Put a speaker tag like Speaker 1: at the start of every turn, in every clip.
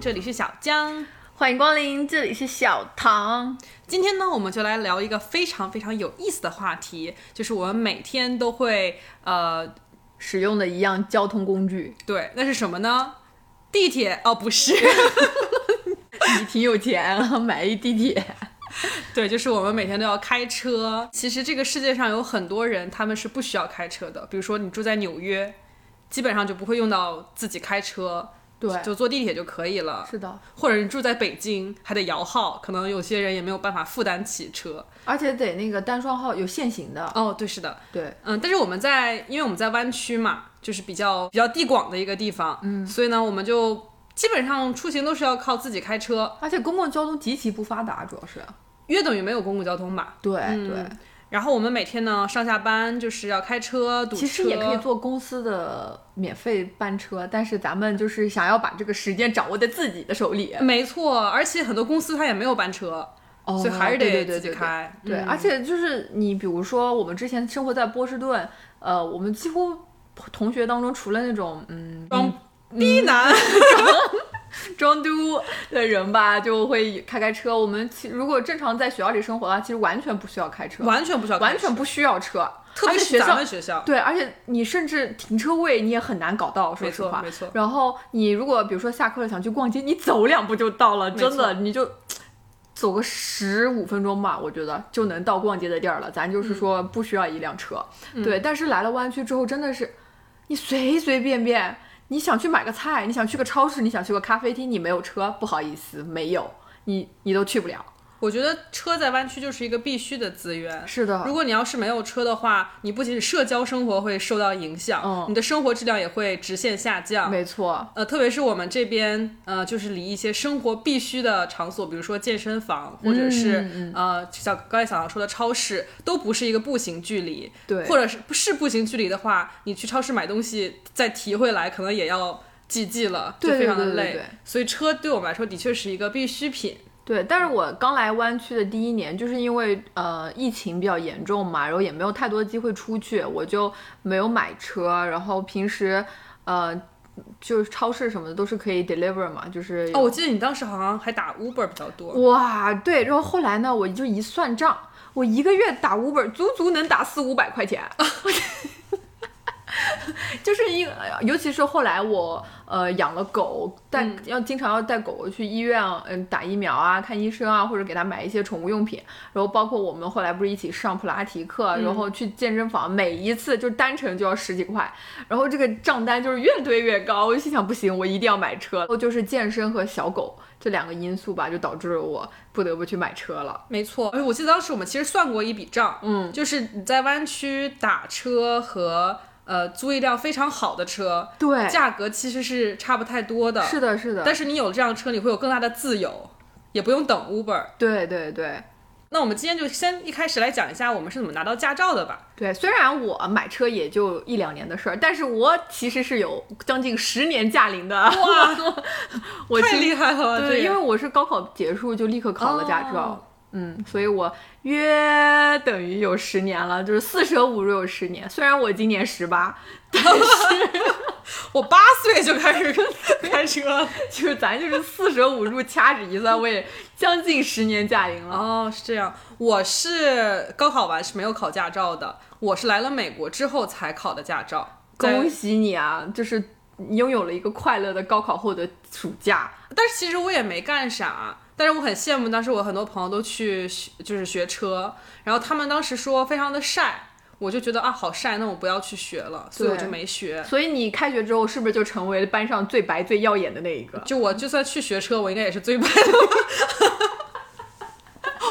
Speaker 1: 这里是小江。
Speaker 2: 欢迎光临，这里是小唐。
Speaker 1: 今天呢，我们就来聊一个非常非常有意思的话题，就是我们每天都会呃，
Speaker 2: 使用的一样交通工 具，
Speaker 1: 对，那是什么呢？地铁哦，不是，
Speaker 2: 你挺有钱啊，买一地铁。
Speaker 1: 对，就是我们每天都要开车。其实这个世界上有很多人，他们是不需要开车的。比如说你住在纽约，基本上就不会用到自己开车，
Speaker 2: 对
Speaker 1: 就坐地铁就可以了。
Speaker 2: 是的，
Speaker 1: 或者你住在北京，还得摇号，可能有些人也没有办法负担起车。
Speaker 2: 而且得那个单双号有限行的，
Speaker 1: 哦，对，是的，
Speaker 2: 对，
Speaker 1: 嗯，但是我们在，因为我们在湾区嘛，就是比较比较地广的一个地方，嗯，所以呢，我们就基本上出行都是要靠自己开车，
Speaker 2: 而且公共交通极其不发达，主要是。
Speaker 1: 约等于没有公共交通吧。
Speaker 2: 对、嗯对，
Speaker 1: 然后我们每天呢上下班就是要开车堵车，
Speaker 2: 其实也可以坐公司的免费班车，但是咱们就是想要把这个时间掌握在自己的手里，
Speaker 1: 没错，而且很多公司它也没有班车，
Speaker 2: 哦
Speaker 1: 所以还是
Speaker 2: 对对
Speaker 1: 得
Speaker 2: 对
Speaker 1: 自
Speaker 2: 对
Speaker 1: 己
Speaker 2: 对
Speaker 1: 开。
Speaker 2: 对，
Speaker 1: 嗯
Speaker 2: 而且就是你，比如说我们之前生活在波士顿，呃，我们几乎同学当中，除了那种嗯
Speaker 1: 装逼男，
Speaker 2: 装嘟的人吧，就会开开车。我们其如果正常在学校里生活的话，其实完全不需要开车，
Speaker 1: 完全不需要开车，
Speaker 2: 完全不需要车，
Speaker 1: 特别
Speaker 2: 而且
Speaker 1: 是
Speaker 2: 学
Speaker 1: 咱
Speaker 2: 校
Speaker 1: 们。学校，
Speaker 2: 对，而且你甚至停车位你也很难搞到，说
Speaker 1: 没
Speaker 2: 实
Speaker 1: 错
Speaker 2: 话。
Speaker 1: 没错。
Speaker 2: 然后你如果比如说下课了想去逛街，你走两步就到了，
Speaker 1: 没
Speaker 2: 真
Speaker 1: 错
Speaker 2: 的你就走个十五分钟吧，我觉得就能到逛街的地儿了。咱就是说不需要一辆车，对。但是来了湾区之后，真的是你随随便便，你想去买个菜，你想去个超市，你想去个咖啡厅，你没有车，不好意思，没有，你你都去不了。
Speaker 1: 我觉得车在湾区就是一个必须的资源。
Speaker 2: 是的
Speaker 1: 如，果你要是没有车的话，你不仅是社交生活会受到影响，
Speaker 2: 嗯
Speaker 1: 你的生活质量也会直线下降。
Speaker 2: 没错，
Speaker 1: 呃，特别是我们这边，呃，就是离一些生活必须的场所，比如说健身房，或者是、
Speaker 2: 嗯
Speaker 1: 呃，就像刚才小唐说的超市，都不是一个步行距离。
Speaker 2: 对
Speaker 1: 或者是不是步行距离的话，你去超市买东西再提回来，可能也要几 G 了，就
Speaker 2: 对
Speaker 1: 非常的
Speaker 2: 对
Speaker 1: 累。
Speaker 2: 对对对
Speaker 1: 所以车对我们来说的确是一个必需品。
Speaker 2: 对，但是我刚来湾区的第一年，就是因为呃疫情比较严重嘛，然后也没有太多机会出去，我就没有买车，然后平时呃就是超市什么的都是可以 deliver 嘛，就是
Speaker 1: 哦，我记得你当时好像还打 Uber 比较多。
Speaker 2: 哇对，然后后来呢，我就一算账，我一个月打 Uber 足足能打四五百块钱。 就是一个，尤其是后来我呃养了狗，带、要经常要带狗狗去医院，嗯、打疫苗啊，看医生啊，或者给它买一些宠物用品。然后包括我们后来不是一起上普拉提课，然后去健身房，每一次就单程就要十几块，然后这个账单就是越堆越高。我就心想不行，我一定要买车。然后就是健身和小狗这两个因素吧，就导致了我不得不去买车了。
Speaker 1: 没错，哎而且我记得当时我们其实算过一笔账，嗯，就是你在湾区打车和呃租一辆非常好的车，
Speaker 2: 对，
Speaker 1: 价格其实是差不太多的，
Speaker 2: 是的，是的，
Speaker 1: 但是你有这辆车，你会有更大的自由，也不用等 Uber。
Speaker 2: 对对对。
Speaker 1: 那我们今天就先一开始来讲一下我们是怎么拿到驾照的吧。
Speaker 2: 对，虽然我买车也就一两年的事儿，但是我其实是有将近十年驾龄的。
Speaker 1: 哇，
Speaker 2: 我
Speaker 1: 太
Speaker 2: 其实
Speaker 1: 厉害了！这
Speaker 2: 对，
Speaker 1: 个
Speaker 2: 因为我是高考结束就立刻考了驾照，
Speaker 1: 哦
Speaker 2: 嗯，所以我约等于有十年了，就是四舍五入有十年。虽然我今年十八，
Speaker 1: 我八岁就开始 开车了。
Speaker 2: 就是咱就是四舍五入掐指一算，我也将近十年驾龄了。
Speaker 1: 哦，是这样。我是高考完是没有考驾照的，我是来了美国之后才考的驾照。在
Speaker 2: 恭喜你啊，就是你拥有了一个快乐的高考后的暑假。
Speaker 1: 但是其实我也没干啥，但是我很羡慕当时我很多朋友都去学就是学车，然后他们当时说非常的晒，我就觉得啊好晒，那我不要去学了，所以我
Speaker 2: 对
Speaker 1: 就没学。
Speaker 2: 所以你开学之后是不是就成为了班上最白最耀眼的那一个？
Speaker 1: 就我就算去学车，我应该也是最笨的。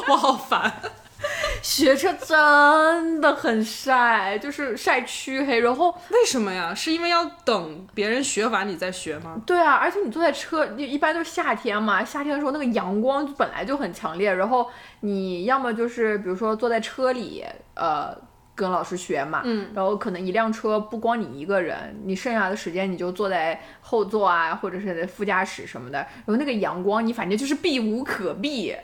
Speaker 1: 我好烦。
Speaker 2: 学车真的很晒，就是晒黢黑。然后，
Speaker 1: 为什么呀？是因为要等别人学完你再学吗？
Speaker 2: 对啊，而且你坐在车，你一般都是夏天嘛，夏天的时候那个阳光就本来就很强烈。然后你要么就是比如说坐在车里，呃，跟老师学嘛，
Speaker 1: 嗯，
Speaker 2: 然后可能一辆车不光你一个人，你剩下的时间你就坐在后座啊，或者是副驾驶什么的。然后那个阳光，你反正就是避无可避。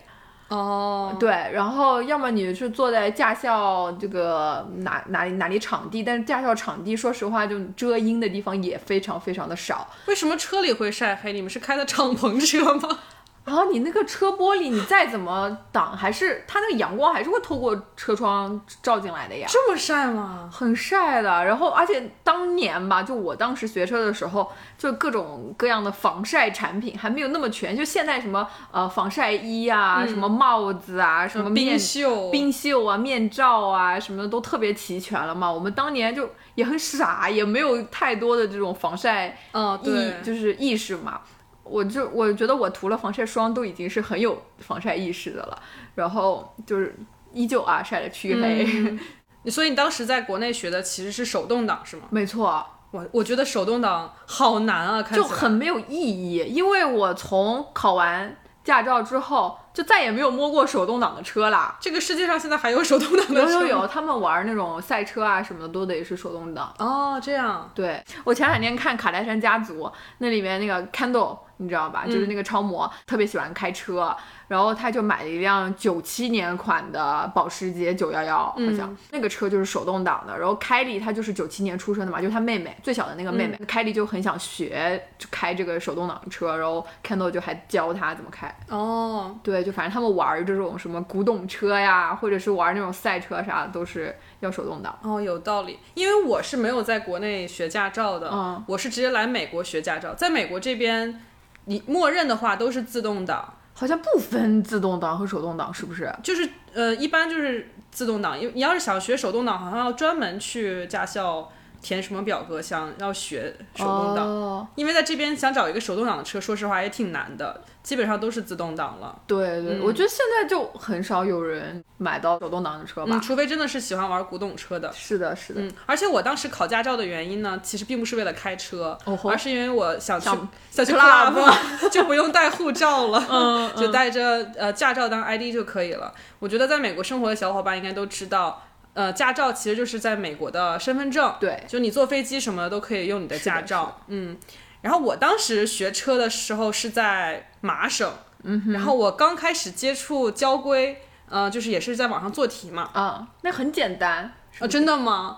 Speaker 1: 哦，
Speaker 2: 对，然后要么你是坐在驾校这个哪哪里哪里场地，但是驾校场地说实话就遮阴的地方也非常非常的少。
Speaker 1: 为什么车里会晒黑？你们是开的敞篷车吗？
Speaker 2: 然后你那个车玻璃，你再怎么挡，还是它那个阳光还是会透过车窗照进来的呀，
Speaker 1: 这么晒吗？
Speaker 2: 很晒的。然后而且当年吧，就我当时学车的时候，就各种各样的防晒产品还没有那么全，就现在什么呃防晒衣啊，什么帽子啊，什么面
Speaker 1: 冰袖，
Speaker 2: 冰袖啊、面罩啊什么的都特别齐全了嘛。我们当年就也很傻，也没有太多的这种防晒
Speaker 1: 嗯，
Speaker 2: 意
Speaker 1: 对，
Speaker 2: 就是意识嘛。我就我觉得我涂了防晒霜都已经是很有防晒意识的了，然后就是依旧啊晒得黢黑，
Speaker 1: 嗯 所以你当时在国内学的其实是手动挡是吗？
Speaker 2: 没错，
Speaker 1: 我我觉得手动挡好难啊，看起
Speaker 2: 就
Speaker 1: 来
Speaker 2: 很没有意义。因为我从考完驾照之后就再也没有摸过手动挡的车啦。
Speaker 1: 这个世界上现在还有手动挡的
Speaker 2: 有
Speaker 1: 车
Speaker 2: 有
Speaker 1: 吗
Speaker 2: 有，他们玩那种赛车啊什么的都得是手动挡。
Speaker 1: 哦，这样
Speaker 2: 对我前两天看《卡戴珊家族》，那里面那个 Kendall，你知道吧？就是那个超模，特别喜欢开车，然后他就买了一辆九七年款的保时捷911，好像、那个车就是手动挡的。然后凯莉她就是九七年出生的嘛，就是她妹妹最小的那个妹妹，凯莉就很想学就开这个手动挡车，然后 Kendall 就还教她怎么开。
Speaker 1: 哦，
Speaker 2: 对，就反正他们玩儿这种什么古董车呀，或者是玩儿那种赛车啥的，都是要手动挡。
Speaker 1: 哦，有道理，因为我是没有在国内学驾照的，
Speaker 2: 嗯
Speaker 1: 我是直接来美国学驾照，在美国这边，你默认的话都是自动挡，
Speaker 2: 好像不分自动挡和手动挡，是不是？
Speaker 1: 就是呃，一般就是自动挡，因为你要是想学手动挡，好像要专门去驾校填什么表格，想要学手动挡，
Speaker 2: 哦、
Speaker 1: 因为在这边想找一个手动挡的车，说实话也挺难的，基本上都是自动挡了，
Speaker 2: 对对，我觉得现在就很少有人买到手动挡的车吧。
Speaker 1: 嗯，除非真的是喜欢玩古董车的。
Speaker 2: 是的，是的。
Speaker 1: 嗯，而且我当时考驾照的原因呢，其实并不是为了开车，
Speaker 2: 哦吼
Speaker 1: 而是因为我想去
Speaker 2: 想
Speaker 1: 想去
Speaker 2: club 嗯
Speaker 1: club，就不用带护照了， 就带着呃驾照当 ID 就可以了。我觉得在美国生活的小伙伴应该都知道，呃，驾照其实就是在美国的身份证，
Speaker 2: 对，
Speaker 1: 就你坐飞机什么的都可以用你的
Speaker 2: 是的
Speaker 1: 驾照。嗯，然后我当时学车的时候是在麻省，嗯，然后我刚开始接触交规，呃，就是也是在网上做题嘛，
Speaker 2: 啊、那很简单。
Speaker 1: 啊，真的吗？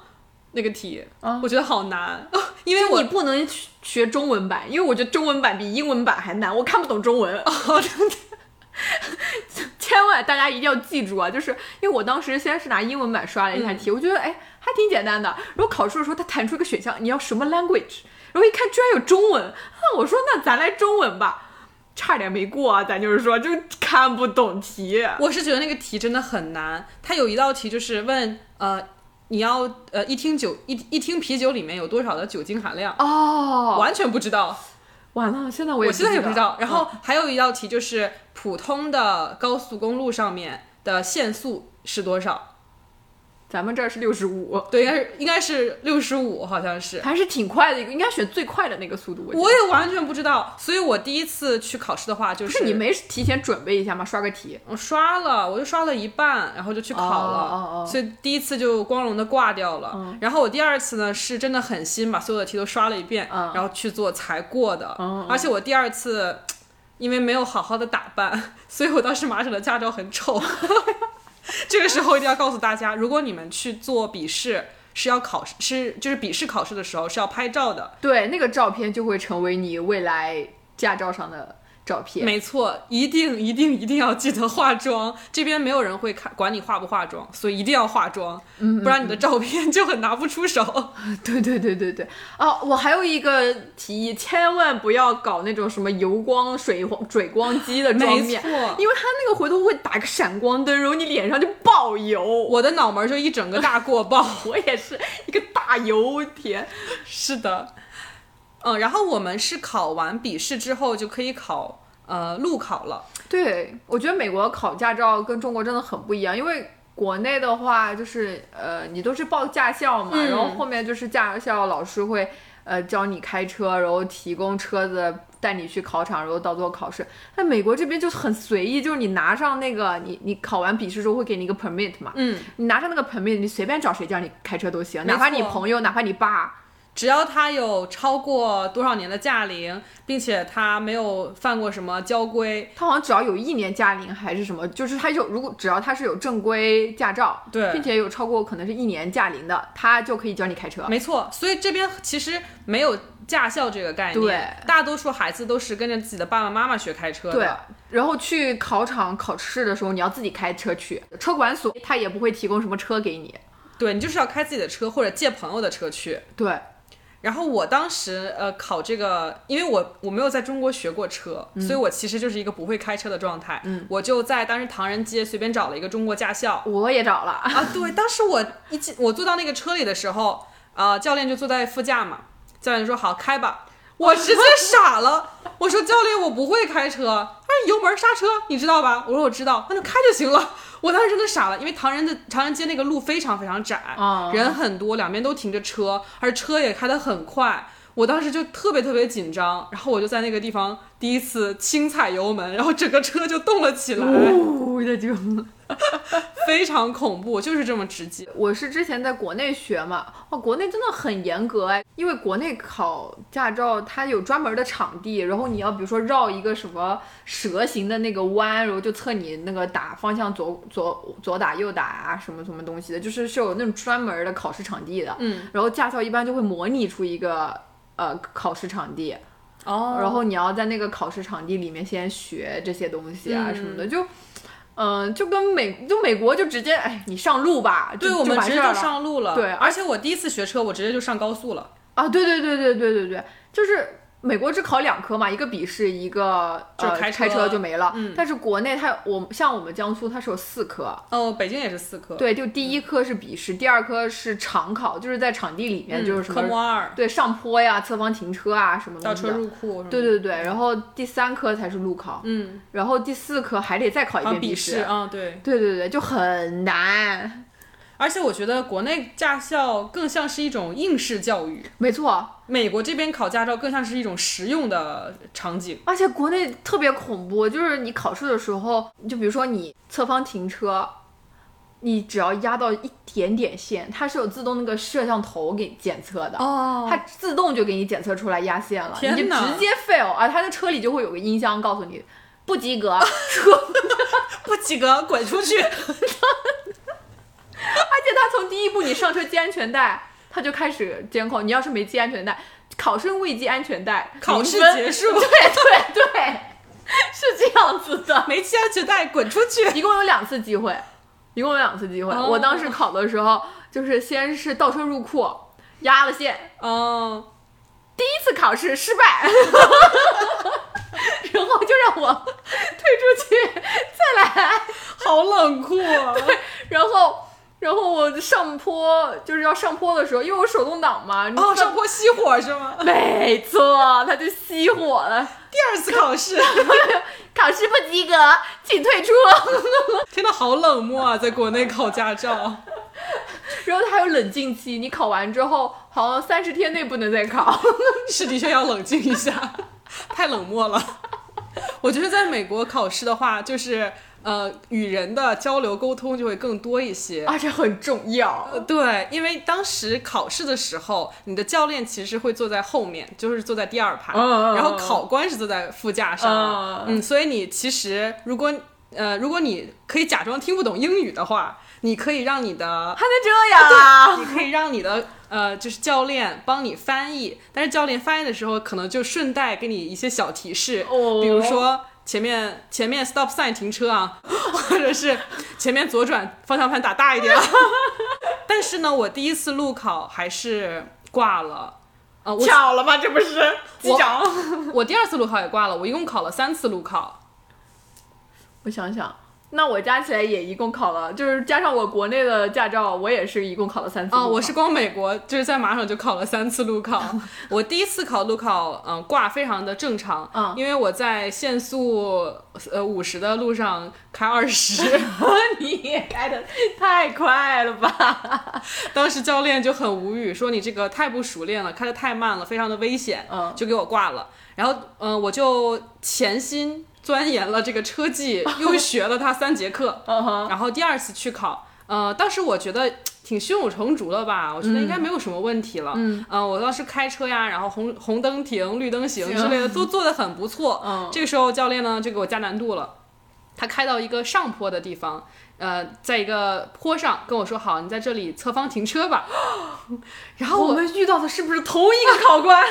Speaker 1: 那个题，
Speaker 2: 啊
Speaker 1: 我觉得好难， 因为
Speaker 2: 就
Speaker 1: 我
Speaker 2: 你不能学学中文版，因为我觉得中文版比英文版还难，我看不懂中文。哦，真的。 千万大家一定要记住啊！就是因为我当时先是拿英文版刷了一
Speaker 1: 嗯
Speaker 2: 下题，我觉得哎还挺简单的。然后考试的时候，它弹出一个选项，你要什么 language，然后一看居然有中文，那我说那咱来中文吧，差点没过啊！咱就是说就看不懂题。
Speaker 1: 我是觉得那个题真的很难。它有一道题就是问，呃，你要呃一听酒一一听啤酒里面有多少的酒精含量，
Speaker 2: 哦，
Speaker 1: 完全不知道，
Speaker 2: 完了，现在我
Speaker 1: 我
Speaker 2: 也
Speaker 1: 现在也不知道。然
Speaker 2: 嗯
Speaker 1: 后还有一道题就是普通的高速公路上面的限速是多少？
Speaker 2: 咱们这儿是六十五，
Speaker 1: 对，应该是应该是六十五，好像是。
Speaker 2: 还是挺快的一个，应该选最快的那个速度。我觉得
Speaker 1: 我也完全不知道，所以我第一次去考试的话，就
Speaker 2: 不是你没提前准备一下吗？刷个题。
Speaker 1: 我刷了，我就刷了一半，然后就去考了，
Speaker 2: 哦哦哦嗯
Speaker 1: 所以第一次就光荣的挂掉了。然后我第二次呢，是真的狠心把所有的题都刷了一遍，
Speaker 2: 嗯
Speaker 1: 然后去做才过的。
Speaker 2: 嗯嗯
Speaker 1: 而且我第二次因为没有好好的打扮，所以我当时马省的驾照很丑。 这个时候一定要告诉大家，如果你们去做笔试。是要考试，是就是笔试考试的时候是要拍照的，
Speaker 2: 对，那个照片就会成为你未来驾照上的照片。
Speaker 1: 没错，一定一定一定要记得化妆。这边没有人会看管你化不化妆，所以一定要化妆，不然你的照片就很拿不出 手。
Speaker 2: 对对对对对。哦，我还有一个提议，千万不要搞那种什么油光水光水光肌的妆
Speaker 1: 没
Speaker 2: 面，
Speaker 1: 错，
Speaker 2: 因为它那个回头会打个闪光灯，然后你脸上就爆油。
Speaker 1: 我的脑门儿就一整个大过爆。
Speaker 2: 我也是一个大油田，
Speaker 1: 是的，嗯，然后我们是考完笔试之后就可以考呃路考了。
Speaker 2: 对，我觉得美国考驾照跟中国真的很不一样，因为国内的话就是呃，你都是报驾校嘛，
Speaker 1: 嗯
Speaker 2: 然后后面就是驾校老师会呃教你开车，然后提供车子带你去考场，然后到最后考试。但美国这边就是很随意，就是你拿上那个你你考完笔试之后会给你一个 permit 嘛，
Speaker 1: 嗯，
Speaker 2: 你拿上那个 permit，你随便找谁叫你开车都行，
Speaker 1: 没
Speaker 2: 哪怕你
Speaker 1: 错
Speaker 2: 朋友，哪怕你爸。
Speaker 1: 只要它有超过多少年的驾龄，并且它没有犯过什么交规，
Speaker 2: 它好像只要有一年驾龄还是什么，就是它有如果只要它是有正规驾照，
Speaker 1: 对
Speaker 2: 并且有超过可能是一年驾龄的，它就可以教你开车。
Speaker 1: 没错，所以这边其实没有驾校这个概念，
Speaker 2: 对
Speaker 1: 大多数孩子都是跟着自己的爸爸妈妈学开车的，
Speaker 2: 对，然后去考场考试的时候，你要自己开车去，车管所它也不会提供什么车给你。
Speaker 1: 对你就是要开自己的车或者借朋友的车去。
Speaker 2: 对，
Speaker 1: 然后我当时呃考这个，因为我我没有在中国学过车，所以我其实就是一个不会开车的状态。嗯，我就在当时唐人街随便找了一个中国驾校
Speaker 2: 我也找了，
Speaker 1: 啊。对，当时我一进我坐到那个车里的时候，呃，教练就坐在副驾嘛。教练说好开吧，我直接傻了。我说教练，我不会开车。他说你油门刹车你知道吧？我说我知道，那就开就行了。我当时真的傻了，因为唐人的唐人街那个路非常非常窄，
Speaker 2: 哦
Speaker 1: 人很多，两边都停着车，而且车也开得很快。我当时就特别特别紧张，然后我就在那个地方第一次轻踩油门，然后整个车就动了起来，
Speaker 2: 呜的就。
Speaker 1: 非常恐怖，就是这么直接。
Speaker 2: 我是之前在国内学嘛，哇，国内真的很严格哎，因为国内考驾照它有专门的场地，然后你要比如说绕一个什么蛇形的那个弯，然后就测你那个打方向左左左打右打啊，什么什么东西的，就是是有那种专门的考试场地的。
Speaker 1: 嗯，
Speaker 2: 然后驾校一般就会模拟出一个呃考试场地，
Speaker 1: 哦
Speaker 2: 然后你要在那个考试场地里面先学这些东西啊
Speaker 1: 嗯
Speaker 2: 什么的，就，嗯、就跟美就美国就直接哎你上路吧，
Speaker 1: 对
Speaker 2: 就
Speaker 1: 我们
Speaker 2: 就完
Speaker 1: 直接
Speaker 2: 事儿
Speaker 1: 就
Speaker 2: 了
Speaker 1: 上路了，
Speaker 2: 对
Speaker 1: 而且我第一次学车，我直接就上高速了，
Speaker 2: 啊，对对对对对对对，就是。美国只考两科嘛，一个笔试，一个
Speaker 1: 就
Speaker 2: 呃
Speaker 1: 开
Speaker 2: 开
Speaker 1: 车
Speaker 2: 就没了。
Speaker 1: 嗯
Speaker 2: 但是国内它我像我们江苏它是有四科，
Speaker 1: 哦，北京也是四科，
Speaker 2: 对，就
Speaker 1: 嗯
Speaker 2: 第一科是笔试，第二科是场考，就是在场地里
Speaker 1: 嗯，
Speaker 2: 面就是什么、
Speaker 1: 科目二，
Speaker 2: 对上坡呀、侧方停车啊什么
Speaker 1: 倒
Speaker 2: 东西
Speaker 1: 车
Speaker 2: 的。
Speaker 1: 入库，
Speaker 2: 对，对对，然后第三科才是路考，
Speaker 1: 嗯，
Speaker 2: 然后第四科还得再考一
Speaker 1: 好像
Speaker 2: 遍
Speaker 1: 笔
Speaker 2: 试。
Speaker 1: 啊，对，
Speaker 2: 对对对，就很难。
Speaker 1: 而且我觉得国内驾校更像是一种应试教育，
Speaker 2: 没错，
Speaker 1: 美国这边考驾照更像是一种实用的场景。
Speaker 2: 而且国内特别恐怖，就是你考试的时候，就比如说你侧方停车，你只要压到一点点线，它是有自动那个摄像头给检测的。
Speaker 1: 哦
Speaker 2: 它自动就给你检测出来压线了，你
Speaker 1: 天
Speaker 2: 就
Speaker 1: 哪
Speaker 2: 直接 fail 啊！它的车里就会有个音箱告诉你不及格，
Speaker 1: 不及格，滚出去！
Speaker 2: 而且他从第一步你上车系安全带，他就开始监控。你要是没系安全带，考生未系安全带，
Speaker 1: 考试
Speaker 2: 零分
Speaker 1: 结束
Speaker 2: 对对对，是这样子的。
Speaker 1: 没系安全带，滚出去！
Speaker 2: 一共有两次机会，一共有两次机会。
Speaker 1: 哦
Speaker 2: 我当时考的时候，就是先是倒车入库，压了线，
Speaker 1: 哦，
Speaker 2: 第一次考试失败， 然后就让我退出去，
Speaker 1: 好冷酷啊！
Speaker 2: 然后。然后我上坡就是要上坡的时候，因为我手动挡嘛，你
Speaker 1: 哦，
Speaker 2: 知道
Speaker 1: 上坡熄火是吗？
Speaker 2: 没错，他就熄火了。
Speaker 1: 第二次考试，
Speaker 2: 考试不及格，请退出。
Speaker 1: 天呐，好冷漠啊！在国内考驾照，
Speaker 2: 然后他还有冷静期，你考完之后好像三十天内不能再 考。
Speaker 1: 是的确要冷静一下，太冷漠了。我觉得在美国考试的话，就是呃，与人的交流沟通就会更多一些。呃
Speaker 2: 而且很重 要。
Speaker 1: 对，因为当时考试的时候，你的教练其实会坐在后面，就是坐在第二排，
Speaker 2: 嗯嗯嗯
Speaker 1: 然后考官是坐在副驾上的。
Speaker 2: 嗯
Speaker 1: 嗯，所以你其实如果呃，如果你可以假装听不懂英语的话，你可以让你的
Speaker 2: 还能这样啊？
Speaker 1: 你可以让你的呃，就是教练帮你翻译，但是教练翻译的时候，可能就顺带给你一些小提示，
Speaker 2: 哦
Speaker 1: 比如说前面前面 stop sign 停车啊， 或者是前面左转方向盘打大一点啊。 但是呢，我第一次路考还是挂了。啊、我
Speaker 2: 巧了吧？这不是
Speaker 1: 我
Speaker 2: 长？
Speaker 1: 我第二次路考也挂了，我一共考了三次路考。
Speaker 2: 我想想，那我加起来也一共考了，就是加上我国内的驾照，我也是一共考了三次。
Speaker 1: 啊、我是光美国就是在马场就考了三次路 考。我第一次考路考，嗯、挂非常的正常，
Speaker 2: 嗯
Speaker 1: 因为我在限速呃五十的路上开二 十，
Speaker 2: 你也开的太快了吧？
Speaker 1: 当时教练就很无语，说你这个太不熟练了，开的太慢了，非常的危险，
Speaker 2: 嗯
Speaker 1: 就给我挂了。然后，嗯、我就潜心钻研了这个车 技，又学了它三节课，
Speaker 2: 嗯哼，
Speaker 1: 然后第二次去考，呃，当时我觉得挺胸有成竹的吧，我觉得应该没有什么问题了。嗯，呃，我当时开车呀，然后红红灯停、绿灯行之类的，都做得很不错。
Speaker 2: 嗯，
Speaker 1: 这个时候教练呢就给我加难度了，他开到一个上坡的地方，呃，在一个坡上跟我说：“好，你在这里侧方停车吧。” 然后
Speaker 2: 我
Speaker 1: 我
Speaker 2: 们遇到的是不是同一个考 官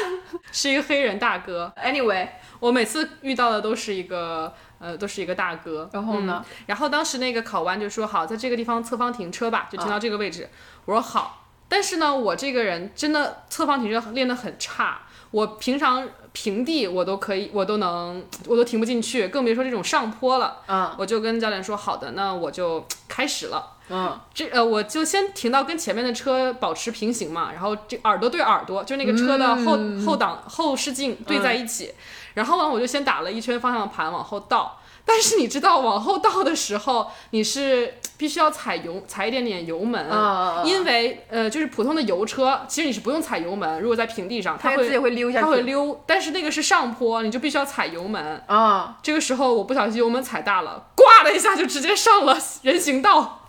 Speaker 1: 是一个黑人大哥，
Speaker 2: ？Anyway，
Speaker 1: 我每次遇到的都是一个呃都是一个大哥。嗯
Speaker 2: 然后呢？
Speaker 1: 然后当时那个考官就说：“好，在这个地方侧方停车吧，就停到这个位置。我说：“好。”但是呢，我这个人真的侧方停车练得很差，我平常平地我都可以，我都能，我都停不进去，更别说这种上坡了。
Speaker 2: 嗯
Speaker 1: 我就跟教练说：“好的，那我就开始了。”
Speaker 2: 嗯
Speaker 1: 这呃，我就先停到跟前面的车保持平行嘛，然后这耳朵对耳朵，就那个车的后、
Speaker 2: 嗯
Speaker 1: 后挡后视镜对在一起，然后呢，我就先打了一圈方向盘往后倒。但是你知道，往后倒的时候，你是必须要踩油，踩一点点油门，
Speaker 2: 嗯，
Speaker 1: 因为呃，就是普通的油车，其实你是不用踩油门，如果在平地上，它
Speaker 2: 他自己
Speaker 1: 会
Speaker 2: 会溜一下去，
Speaker 1: 它会溜，但是那个是上坡，你就必须要踩油门。
Speaker 2: 啊，
Speaker 1: 这个时候我不小心油门踩大了，呱的一下就直接上了人行道，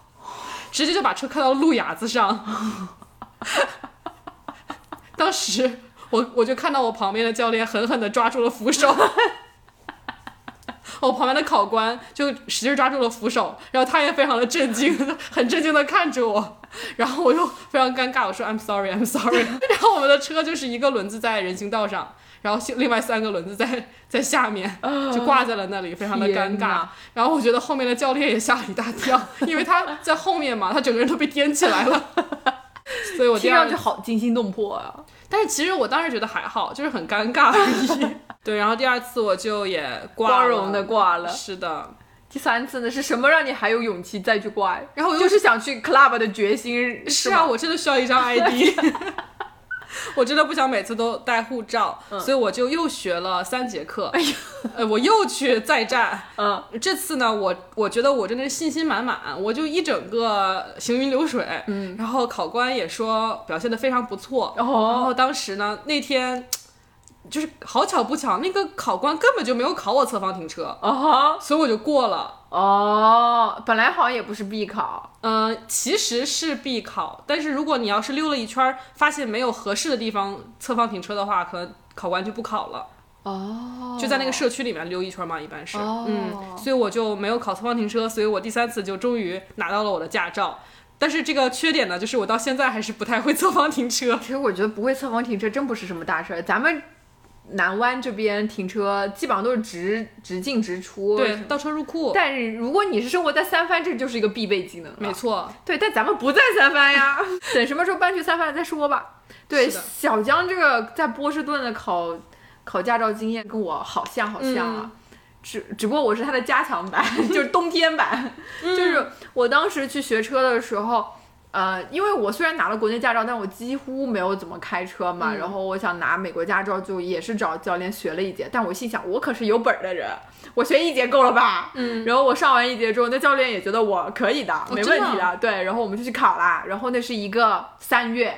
Speaker 1: 直接就把车开到路牙子上。当时我我就看到我旁边的教练狠狠地抓住了扶手， 我旁边的考官就使劲抓住了扶手，然后他也非常的震惊，很震惊的看着我。然后我又非常尴尬，我说 I'm sorry, I'm sorry。然 后我们的车就是一个轮子在人行道上，然后另外三个轮子在在下面，就挂在了那里，非常的尴
Speaker 2: 哦天
Speaker 1: 尬
Speaker 2: 哪。
Speaker 1: 然后我觉得后面的教练也吓了一大跳，因为他在后面嘛，他整个人都被颠起来了。 所以我第
Speaker 2: 听
Speaker 1: 二
Speaker 2: 上去好惊心动魄啊！
Speaker 1: 但是其实我当时觉得还好，就是很尴尬而 已。对，然后第二次我就也挂了
Speaker 2: 光荣的挂了
Speaker 1: 是的，
Speaker 2: 第三次呢，是什么让你还有勇气再去挂？
Speaker 1: 然后我又
Speaker 2: 就是想去 club 的决心
Speaker 1: 是
Speaker 2: 吧
Speaker 1: 啊，我真的需要一 张 ID。我真的不想每次都带护照，
Speaker 2: 嗯
Speaker 1: 所以我就又学了三节课。哎呀，呃，我又去再战。
Speaker 2: 嗯，
Speaker 1: 这次呢，我我觉得我真的是信心满满，我就一整个行云流水。嗯，然后考官也说表现的非常不错。
Speaker 2: 然
Speaker 1: 然
Speaker 2: 后
Speaker 1: 后当时呢，那天就是好巧不巧，那个考官根本就没有考我侧方停车，
Speaker 2: 啊哈
Speaker 1: 所以我就过了。
Speaker 2: 哦，本来好像也不是必考，
Speaker 1: 嗯、其实是必考，但是如果你要是溜了一圈儿，发现没有合适的地方侧方停车的话，可能考官就不考了，
Speaker 2: 哦
Speaker 1: 就在那个社区里面溜一圈嘛，一般是。
Speaker 2: 哦
Speaker 1: 嗯，所以我就没有考侧方停车，所以我第三次就终于拿到了我的驾照。但是这个缺点呢，就是我到现在还是不太会侧方停车。
Speaker 2: 其实我觉得不会侧方停车真不是什么大事儿，咱们南湾这边停车基本上都是直直进直出。
Speaker 1: 对，倒车入库，
Speaker 2: 但是如果你是生活在三藩，这就是一个必备技能了。
Speaker 1: 没错，
Speaker 2: 对，但咱们不在三藩 呀，等什么时候搬去三藩再说吧。对，
Speaker 1: 是的
Speaker 2: 小江这个在波士顿的考考驾照经验跟我好像好像啊。只只不过我是他的加强 版，就是冬天版。就是我当时去学车的时候，呃，因为我虽然拿了国内驾照，但我几乎没有怎么开车嘛。
Speaker 1: 嗯
Speaker 2: 然后我想拿美国驾照，就也是找教练学了一节。但我心想，我可是有本儿的人，我学一节够了吧？
Speaker 1: 嗯，哦
Speaker 2: 然后我上完一节之后，那教练也觉得我可以的，没问
Speaker 1: 真
Speaker 2: 题
Speaker 1: 的啊
Speaker 2: 的。对，然后我们就去考啦。然后那是一个三月，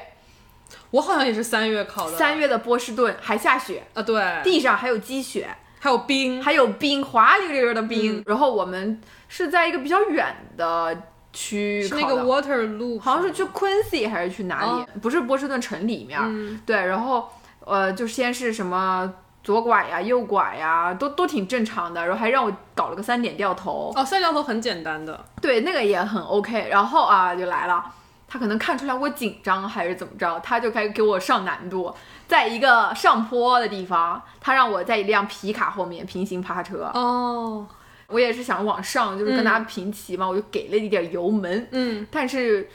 Speaker 1: 我好像也是三月考的。
Speaker 2: 三月的波士顿还下雪，
Speaker 1: 啊，对，
Speaker 2: 地上还有积雪，
Speaker 1: 还有冰，
Speaker 2: 还有冰，滑溜溜的
Speaker 1: 嗯
Speaker 2: 冰。然后我们是在一个比较远的区
Speaker 1: 是
Speaker 2: 考
Speaker 1: 那
Speaker 2: 的
Speaker 1: 个 Waterloo，
Speaker 2: 好像是去 Quincy 还是去哪里？
Speaker 1: 哦
Speaker 2: 不是波士顿城里面儿，
Speaker 1: 嗯
Speaker 2: 对，然后呃，就先是什么左拐呀、右拐呀，都都挺正常的，然后还让我搞了个三点掉头，
Speaker 1: 哦，三角头很简单的，
Speaker 2: 对，那个也很 OK。然后啊，就来了，他可能看出来我紧张还是怎么着，他就开始给我上难度，在一个上坡的地方，他让我在一辆皮卡后面平行趴车，
Speaker 1: 哦，
Speaker 2: 我也是想往上，就是跟他平齐嘛，我就给了一点油门，
Speaker 1: 嗯，
Speaker 2: 但是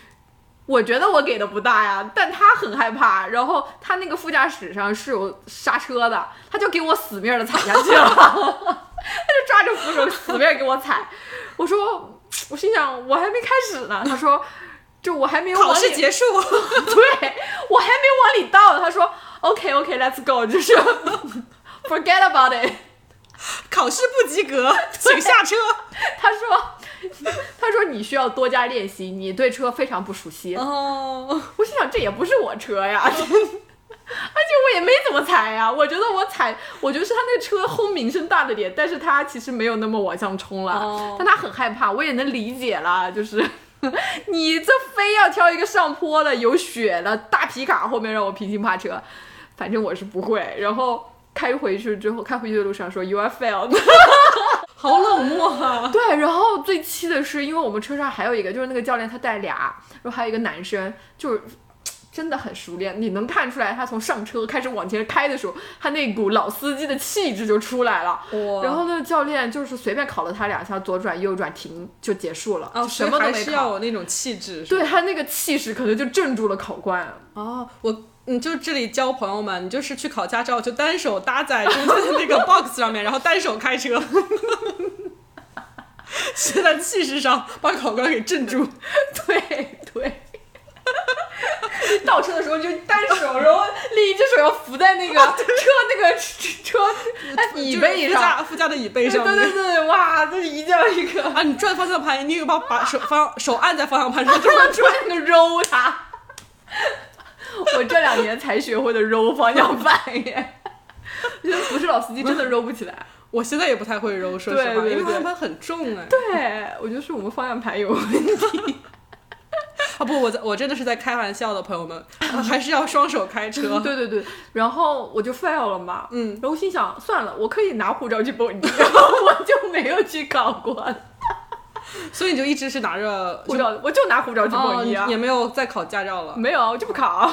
Speaker 2: 我觉得我给的不大呀，但他很害怕，然后他那个副驾驶上是有刹车的，他就给我死命的踩下去了， 他就抓着扶手死命给我踩，我说我心想我还没开始呢，他说就我还没有
Speaker 1: 考
Speaker 2: 往
Speaker 1: 试
Speaker 2: 里，
Speaker 1: 结束，
Speaker 2: 对我还没往里倒，他说 OK OK Let's go，就是 forget about it。
Speaker 1: 考试不及 格，请下车。
Speaker 2: 他说：“他说你需要多加练习，你对车非常不熟悉。”
Speaker 1: 哦，
Speaker 2: 我心想这也不是我车呀， 而且我也没怎么踩呀。我觉得我踩，我觉得是他那个车轰鸣声大了点，但是他其实没有那么往上冲了，
Speaker 1: 哦
Speaker 2: 但他很害怕，我也能理解啦，就是 你这非要挑一个上坡的、有雪的大皮卡后面让我平行趴车，反正我是不会。然后开回去之后，开回去的路上说 you are failed。
Speaker 1: 好冷漠啊！
Speaker 2: 对，然后最气的是，因为我们车上还有一个，就是那个教练他带俩，然后还有一个男生，就是真的很熟练，你能看出来他从上车开始往前开的时候，他那股老司机的气质就出来了。
Speaker 1: 我
Speaker 2: 然后那个教练就是随便考了他两下，左转右转停就结束了，
Speaker 1: 哦，所
Speaker 2: 就什
Speaker 1: 以
Speaker 2: 么都
Speaker 1: 还
Speaker 2: 没
Speaker 1: 是要
Speaker 2: 考。
Speaker 1: 有那种气质。是吧
Speaker 2: 对他那个气势，可能就镇住了考官。
Speaker 1: 哦，我你就这里教朋友们，你就是去考驾照，就单手搭在中间的 那个 box 上面，然后单手开 车。是在气势上把考官给镇住，
Speaker 2: 对对， 倒车的时候就单手，然后另一只手要扶在 那个车那个车哎椅
Speaker 1: 就是
Speaker 2: 背
Speaker 1: 副
Speaker 2: 上。
Speaker 1: 驾副驾的椅背
Speaker 2: 对
Speaker 1: 上
Speaker 2: 对
Speaker 1: 面
Speaker 2: 对对，哇，这一叫一个，
Speaker 1: 啊！你转方向盘，你有把把手方手按在方向盘上，
Speaker 2: 这么转的啊揉他。 我这两年才学会的揉方向盘耶， 我觉得不是老司机真的揉不起来。
Speaker 1: 我现在也不太会揉，说实话，
Speaker 2: 对对
Speaker 1: 因为方
Speaker 2: 对
Speaker 1: 向盘很重哎。
Speaker 2: 对，我觉得是我们方向盘有问题。
Speaker 1: 啊不，我在我真的是在开玩笑的，朋友们，啊还是要双手开车。
Speaker 2: 对对对，然后我就 fail 了嘛，
Speaker 1: 嗯，
Speaker 2: 然后我心想算了，我可以拿护照去 蹦迪，然后我就没有去考过
Speaker 1: 所以你就一直是拿着
Speaker 2: 护照，我就拿护照去
Speaker 1: 哦
Speaker 2: 蹦迪啊，
Speaker 1: 也没有再考驾照了。
Speaker 2: 没有，我就不考。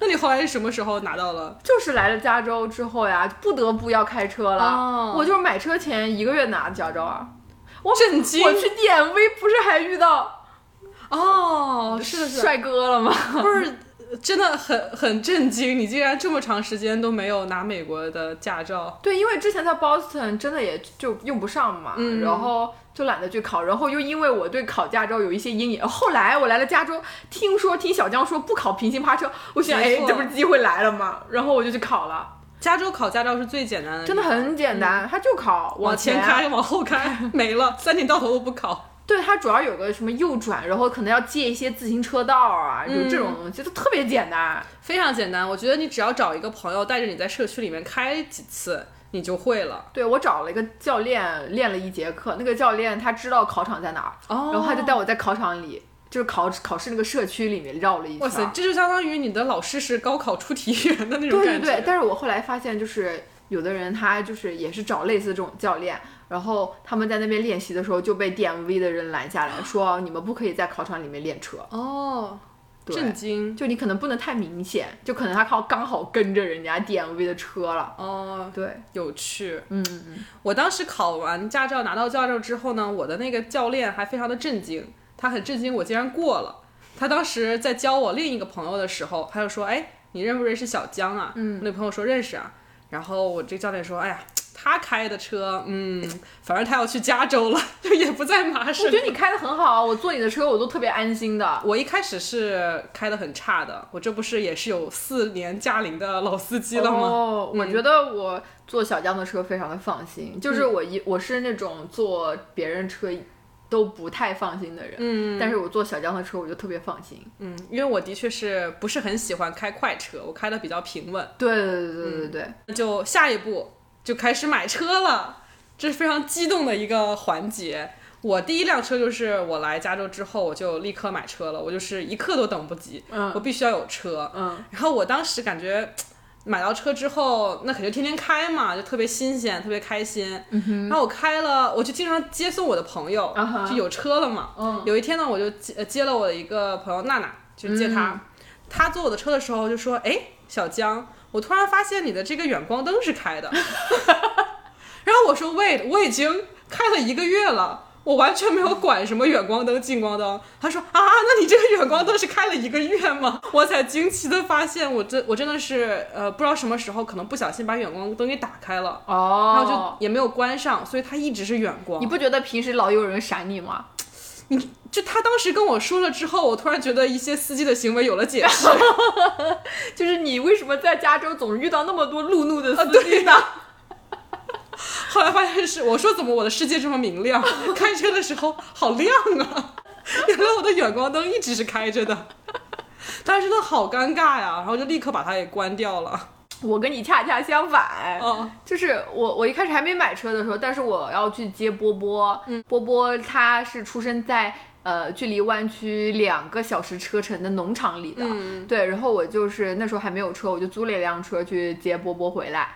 Speaker 1: 那你后来是什么时候拿到了？
Speaker 2: 就是来了加州之后呀，不得不要开车了。
Speaker 1: 哦
Speaker 2: 我就是买车前一个月拿的驾照啊。我
Speaker 1: 震惊
Speaker 2: 我去 DMV 不是还遇到
Speaker 1: 哦，是的，是的，
Speaker 2: 帅哥了吗？
Speaker 1: 不是真的很很震惊，你竟然这么长时间都没有拿美国的驾照。
Speaker 2: 对，因为之前在 Boston 真的也就用不上嘛，
Speaker 1: 嗯
Speaker 2: 然后就懒得去考，然后又因为我对考驾照有一些阴影。后来我来了加州，听说听小江说不考平行趴车，我想
Speaker 1: 没
Speaker 2: 哎，
Speaker 1: 错
Speaker 2: 这不是机会来了吗？然后我就去考了，
Speaker 1: 加州考驾照是最简单的，
Speaker 2: 真的很简单，他就考
Speaker 1: 往前啊
Speaker 2: 前
Speaker 1: 开，往后开，没了，三年到头都不考。
Speaker 2: 对，它主要有个什么右转，然后可能要借一些自行车道啊，就这种东西，就特别简单。
Speaker 1: 非常简单，我觉得你只要找一个朋友带着你在社区里面开几次，你就会了。
Speaker 2: 对我找了一个教练练了一节课，那个教练他知道考场在哪儿，
Speaker 1: 哦
Speaker 2: 然后他就带我在考场里，就是考考试那个社区里面绕了一圈。
Speaker 1: 哇塞，这就相当于你的老师是高考出题员的那种
Speaker 2: 对
Speaker 1: 感
Speaker 2: 对
Speaker 1: 觉。
Speaker 2: 对，但是我后来发现，就是有的人他就是也是找类似这种教练，然后他们在那边练习的时候就被 DMV 的人拦下来说，你们不可以在考场里面练车。
Speaker 1: 哦，
Speaker 2: 对
Speaker 1: 震惊
Speaker 2: 就你可能不能太明显，就可能他靠刚好跟着人家 DMV 的车了。
Speaker 1: 哦，
Speaker 2: 对，
Speaker 1: 有趣。
Speaker 2: 嗯嗯
Speaker 1: 我当时考完驾照拿到驾照之后呢，我的那个教练还非常的震惊，他很震惊我竟然过了。他当时在教我另一个朋友的时候，他就说：“哎，你认不认识小江啊？”嗯，那朋友说认识啊。然后我这教练说：“哎呀，他开的车，嗯，反正他要去加州了，就也不在麻
Speaker 2: 我
Speaker 1: 省。”
Speaker 2: 觉得你开的很好，啊我坐你的车我都特别安心的。
Speaker 1: 我一开始是开的很差的，我这不是也是有四年驾龄的老司机了吗？
Speaker 2: 哦，我觉得我坐小江的车非常的放心，就是我一我是那种坐别人车都不太放心的人，
Speaker 1: 嗯，
Speaker 2: 但是我坐小江的车我就特别放心。
Speaker 1: 嗯，因为我的确是不是很喜欢开快车，我开的比较平稳。
Speaker 2: 对对对对对对，
Speaker 1: 那就下一步就开始买车了，这是非常激动的一个环节。我第一辆车就是我来加州之后，我就立刻买车了，我就是一刻都等不及，
Speaker 2: 嗯
Speaker 1: 我必须要有车。
Speaker 2: 嗯，
Speaker 1: 然后我当时感觉买到车之后，那肯定天天开嘛，就特别新鲜，特别开心。然后我开了，我就经常接送我的朋友
Speaker 2: 嗯啊哈
Speaker 1: 就有车了嘛。
Speaker 2: 嗯
Speaker 1: 有一天呢，我就接呃接了我的一个朋友娜娜，就接
Speaker 2: 嗯
Speaker 1: 她。她坐我的车的时候就说：“哎，小江，我突然发现你的这个远光灯是开的。” 然后我说：“Wait，我已经开了一个月了。”我完全没有管什么远光灯、近光灯。她说啊，那你这个远光灯是开了一个月吗？ 我才惊奇的发现，我真我真的是呃，不知道什么时候可能不小心把远光灯给打开了，然后就
Speaker 2: 哦，
Speaker 1: 也没有关上，所以它一直是远光
Speaker 2: 你。不觉得平时老有人闪你吗？
Speaker 1: 就他当时跟我说了之后，我突然觉得一些司机的行为有了解释。
Speaker 2: 就是你为什么在加州总遇到那么多路怒的司机
Speaker 1: 对
Speaker 2: 呢？
Speaker 1: 后来发现是我说怎么我的世界这么明亮， 开车的时候好亮啊！ 原来我的远光灯一直是开着的，当时真的好尴尬呀，然后就立刻把它给关掉了。
Speaker 2: 我跟你恰恰相反，
Speaker 1: 哦，
Speaker 2: 就是我我一开始还没买车的时候，但是我要去接波波，嗯，波波他是出生在。呃距离湾区两个小时车程的农场里的。
Speaker 1: 嗯
Speaker 2: 对，然后我就是那时候还没有车，我就租了一辆车去接波波回来。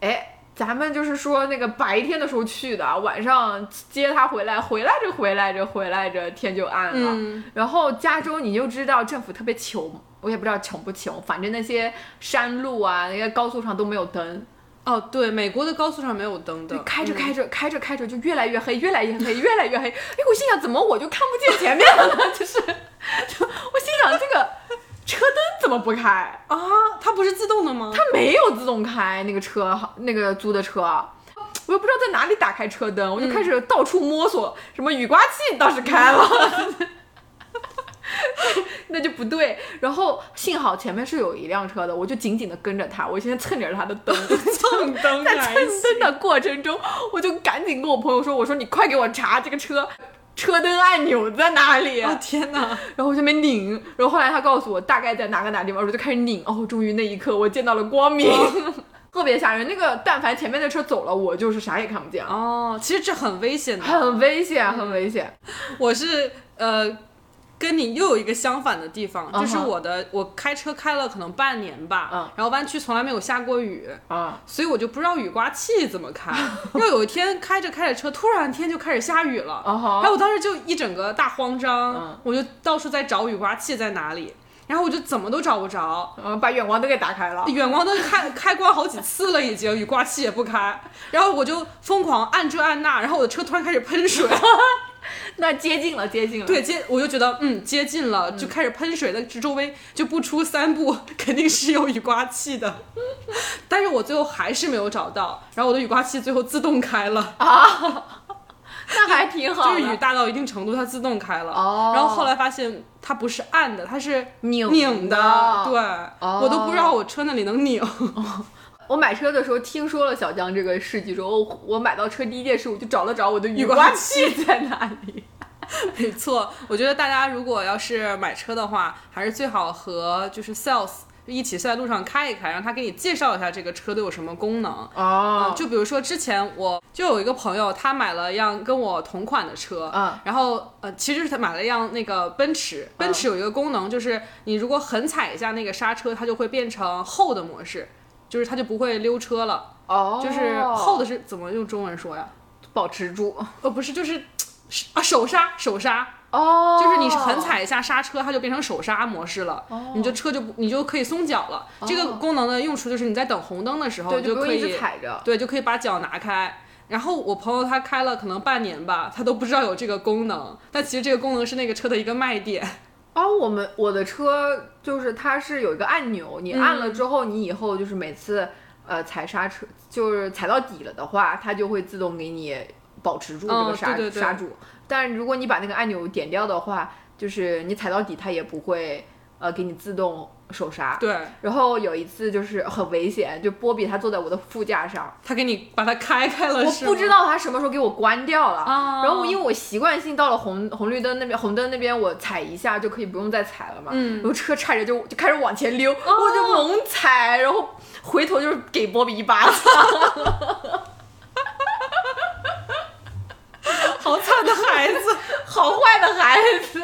Speaker 2: 哎，咱们就是说那个白天的时候去的，啊晚上接他回来，回来着回来着回来着，天就暗了。
Speaker 1: 嗯
Speaker 2: 然后加州你就知道政府特别穷，我也不知道穷不穷，反正那些山路啊，那些高速上都没有灯，
Speaker 1: 哦，对，美国的高速上没有灯的
Speaker 2: 就，开着开着、开着开着就越来越黑，越来越黑，越来越黑。哎，我心想怎么我就看不见前面了呢？ 就是，就我心想这个车灯怎么不开？
Speaker 1: 啊， 它不是自动的吗？
Speaker 2: 它没有自动开那个车，那个租的车，我又不知道在哪里打开车灯，我就开始到处摸索，什么雨刮器倒是开了。 那就不对，然后幸好前面是有一辆车的，我就紧紧的跟着他，我现在蹭着他的灯，
Speaker 1: 蹭灯
Speaker 2: 在
Speaker 1: 来
Speaker 2: 蹭灯的过程中，我就赶紧跟我朋友说，我说你快给我查这个车车灯按钮在哪里，啊
Speaker 1: 哦天哪！
Speaker 2: 然后我就没拧，然后后来他告诉我大概在哪个哪个地方，我就开始拧。哦，终于那一刻我见到了光明，
Speaker 1: 哦
Speaker 2: 特别吓人。那个但凡前面的车走了，我就是啥也看不见，
Speaker 1: 哦，其实这很危险的。
Speaker 2: 很危险，很危险。
Speaker 1: 我是呃，跟你又有一个相反的地方，就是
Speaker 2: 嗯哼
Speaker 1: 我的我开车开了可能半年吧，
Speaker 2: 嗯
Speaker 1: 然后湾区从来没有下过雨，
Speaker 2: 啊，
Speaker 1: 所以我就不知道雨刮器怎么开。 又有一天开着开着车，突然天就开始下雨了，哎
Speaker 2: 哦吼
Speaker 1: 然后我当时就一整个大慌张，
Speaker 2: 嗯
Speaker 1: 我就到处在找雨刮器在哪里，然后我就怎么都找不着，
Speaker 2: 嗯，把远光灯给打开了。
Speaker 1: 远光灯开 开关好几次了，已经雨刮器也不开，然后我就疯狂按这按那，然后我的车突然开始喷 水，
Speaker 2: 那接近了，接近了。
Speaker 1: 对，接我就觉得嗯接近了，就开始喷水的周围就不出三步 肯定是有雨刮器的，但是我最后还是没有找到，然后我的雨刮器最后自动开了，
Speaker 2: 那还挺好
Speaker 1: 就
Speaker 2: 的。
Speaker 1: 是雨大到一定程度它自动开了，
Speaker 2: 哦
Speaker 1: 然后后来发现它不是按的，它是
Speaker 2: 拧
Speaker 1: 拧的，
Speaker 2: 的
Speaker 1: 对、
Speaker 2: 哦
Speaker 1: 我都不知道我车那里能拧，
Speaker 2: 我买车的时候听说了小江这个事迹之后，我买到车第一件事我就找了找我的雨
Speaker 1: 刮
Speaker 2: 刮器在哪里。
Speaker 1: 没错，我觉得大家如果要是买车的话，还是最好和就是 sales 一起在路上开一开，让他给你介绍一下这个车都有什么功能。
Speaker 2: 哦
Speaker 1: 就比如说之前我就有一个朋友，他买了一辆跟我同款的车，
Speaker 2: 嗯
Speaker 1: 然后呃，其实他买了一辆那个奔驰，奔驰有一个功能就是你如果狠踩一下那个刹车，它就会变成后的模式，就是它就不会溜车了，
Speaker 2: 哦，
Speaker 1: 就是后的是怎么用中文说呀？
Speaker 2: 保持住。
Speaker 1: 哦，不是，就是是啊手刹手刹。
Speaker 2: 哦，
Speaker 1: 就是你狠踩一下刹车，它就变成手刹模式了，
Speaker 2: 哦
Speaker 1: 你就车就不你就可以松脚了。这个功能的用处就是你在等红灯的时候
Speaker 2: 对，
Speaker 1: 就
Speaker 2: 就不
Speaker 1: 可
Speaker 2: 用一直
Speaker 1: 以
Speaker 2: 踩着。
Speaker 1: 对就可以把脚拿开。然后我朋友他开了可能半年吧，他都不知道有这个功能，但其实这个功能是那个车的一个卖点。
Speaker 2: 哦，我们我的车就是它是有一个按钮，你按
Speaker 1: 嗯
Speaker 2: 了之后，你以后就是每次呃踩刹车，就是踩到底了的话，它就会自动给你保持住这
Speaker 1: 哦
Speaker 2: 个刹、
Speaker 1: 对对对
Speaker 2: 刹住。但如果你把那个按钮点掉的话，就是你踩到底，它也不会呃给你自动手刹。
Speaker 1: 对
Speaker 2: 然后有一次就是很危险，就波比他坐在我的副驾上，
Speaker 1: 他给你把它开开了，
Speaker 2: 我
Speaker 1: 呃是
Speaker 2: 不
Speaker 1: 吗
Speaker 2: 知道他什么时候给我关掉了。
Speaker 1: 啊。
Speaker 2: 然后因为我习惯性到了红红绿灯那边，红灯那边我踩一下就可以不用再踩了嘛。
Speaker 1: 嗯哦
Speaker 2: 然后车差点就就开始往前溜，我就猛踩，然后回头就是给波比一巴 掌。
Speaker 1: 好惨 的孩子，
Speaker 2: 好坏的孩子，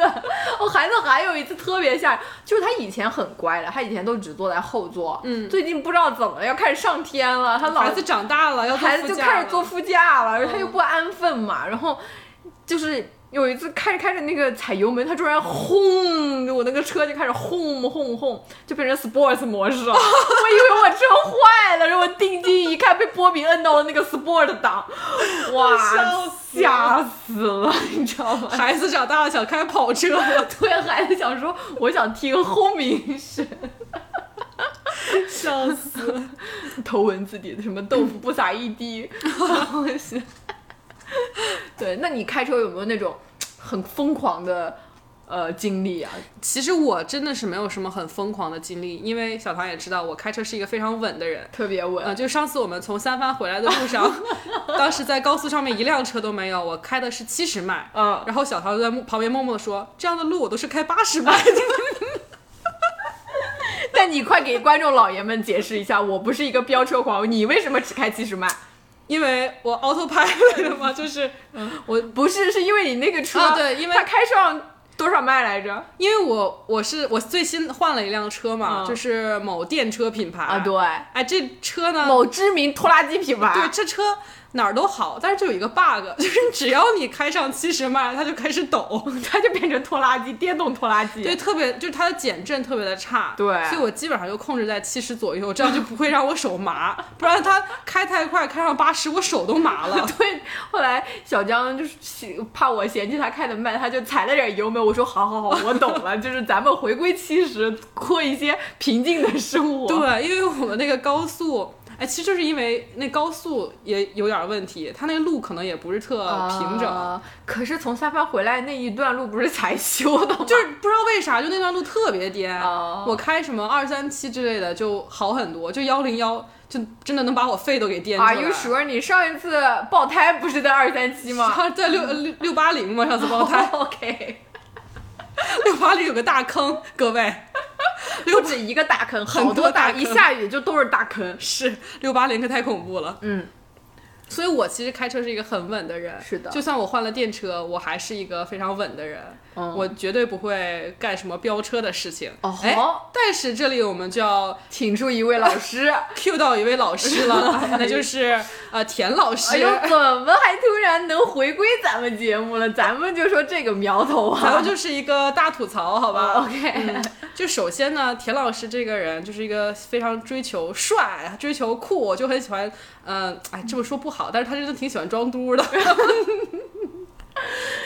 Speaker 2: 我孩子还有一次特别吓人，就是他以前很乖的，他以前都只坐在后座，
Speaker 1: 嗯
Speaker 2: 最近不知道怎么了要开始上天了，他老
Speaker 1: 孩子长大了要坐
Speaker 2: 孩
Speaker 1: 副
Speaker 2: 子就
Speaker 1: 驾
Speaker 2: 开始
Speaker 1: 了嗯
Speaker 2: 坐副驾了，然后他又不安分嘛，然后就是有一次开着开着那个踩油门，他突然轰，我那个车就开始轰轰轰，就变成 sports 模式了。我以为我车坏了，然后我定睛一看，被波比摁到了那个 sport 档，哇，
Speaker 1: 笑死了
Speaker 2: 吓死了，你知道吗？
Speaker 1: 孩子长大了想开跑车 了，
Speaker 2: 对孩子想说，我想听轰鸣声，
Speaker 1: 笑死了。
Speaker 2: 头文字 D 的什么豆腐不撒一滴，然后是，对，那你开车有没有那种很疯狂的呃经历啊？
Speaker 1: 其实我真的是没有什么很疯狂的经历，因为小唐也知道我开车是一个非常稳的人。
Speaker 2: 特别稳，
Speaker 1: 呃，就上次我们从三藩回来的路上， 当时在高速上面一辆车都没有，我开的是七十迈，
Speaker 2: 嗯，
Speaker 1: 然后小唐就在默旁边默默的说：“这样的路我都是开八十迈 的。
Speaker 2: 但你快给观众老爷们解释一下，我不是一个飙车狂，你为什么只开七十迈？”
Speaker 1: 因为我 auto pilot 了嘛，就是我
Speaker 2: 不是，是因为你那个车，
Speaker 1: 啊对，因为啊
Speaker 2: 它开上多少迈来着？
Speaker 1: 因为我我是我最新换了一辆车嘛，
Speaker 2: 嗯
Speaker 1: 就是某电车品牌
Speaker 2: 啊，对，
Speaker 1: 哎，这车呢，
Speaker 2: 某啊知名拖拉机品牌，
Speaker 1: 对，这车哪儿都好，但是就有一个 bug，就是 只要你开上七十迈，它就开始抖。
Speaker 2: 它就变成拖拉机，电动拖拉机。
Speaker 1: 对，特别就是它的减震特别的差，
Speaker 2: 对
Speaker 1: 所以我基本上就控制在七十左右，这样就不会让我手麻。不然它开太快，开上八十，我手都麻了。
Speaker 2: 对，后来小江就是嫌怕我嫌弃他开的慢，他就踩了点油门。我说好好好，我懂 了，就是咱们回归七十，过一些平静的生活。，
Speaker 1: 对，因为我们那个高速，哎，其实就是因为那高速也有点问题，它那个路可能也不是特平整，
Speaker 2: 啊可是从三藩回来那一段路不是才修的吗？
Speaker 1: 就是不知道为啥，就那段路特别颠。
Speaker 2: 哦
Speaker 1: 我开什么二三七之类的就好很多，就幺零幺就真的能把我肺都给颠出来。
Speaker 2: Are you sure？你上一次爆胎不是在二三七吗
Speaker 1: 啊，在六六六八零嘛，上次爆胎，
Speaker 2: ？OK，
Speaker 1: 六八零有个大坑，各位
Speaker 2: 不止一个大坑，好
Speaker 1: 很多大
Speaker 2: 大，一
Speaker 1: 坑
Speaker 2: 下雨就都是大坑。
Speaker 1: 是六八零可太恐怖了。
Speaker 2: 嗯，
Speaker 1: 所以我其实开车是一个很稳的人，
Speaker 2: 是的
Speaker 1: 就算我换了电车，我还是一个非常稳的人，
Speaker 2: 嗯
Speaker 1: 我绝对不会干什么飙车的事情。
Speaker 2: 哦吼
Speaker 1: 哎，但是这里我们就要
Speaker 2: 请出一位老师。
Speaker 1: Q 到一位老师 了，哎那就是呃田老师。
Speaker 2: 哎呦，怎么还突然能回归咱们节目了？咱们就说这个苗头啊。
Speaker 1: 咱们就是一个大吐槽，好吧、
Speaker 2: 哦 OK
Speaker 1: 嗯就首先呢，田老师这个人就是一个非常追求帅、追求酷，我就很喜欢。嗯、哎，这么说不好，但是他真的挺喜欢装嘟的。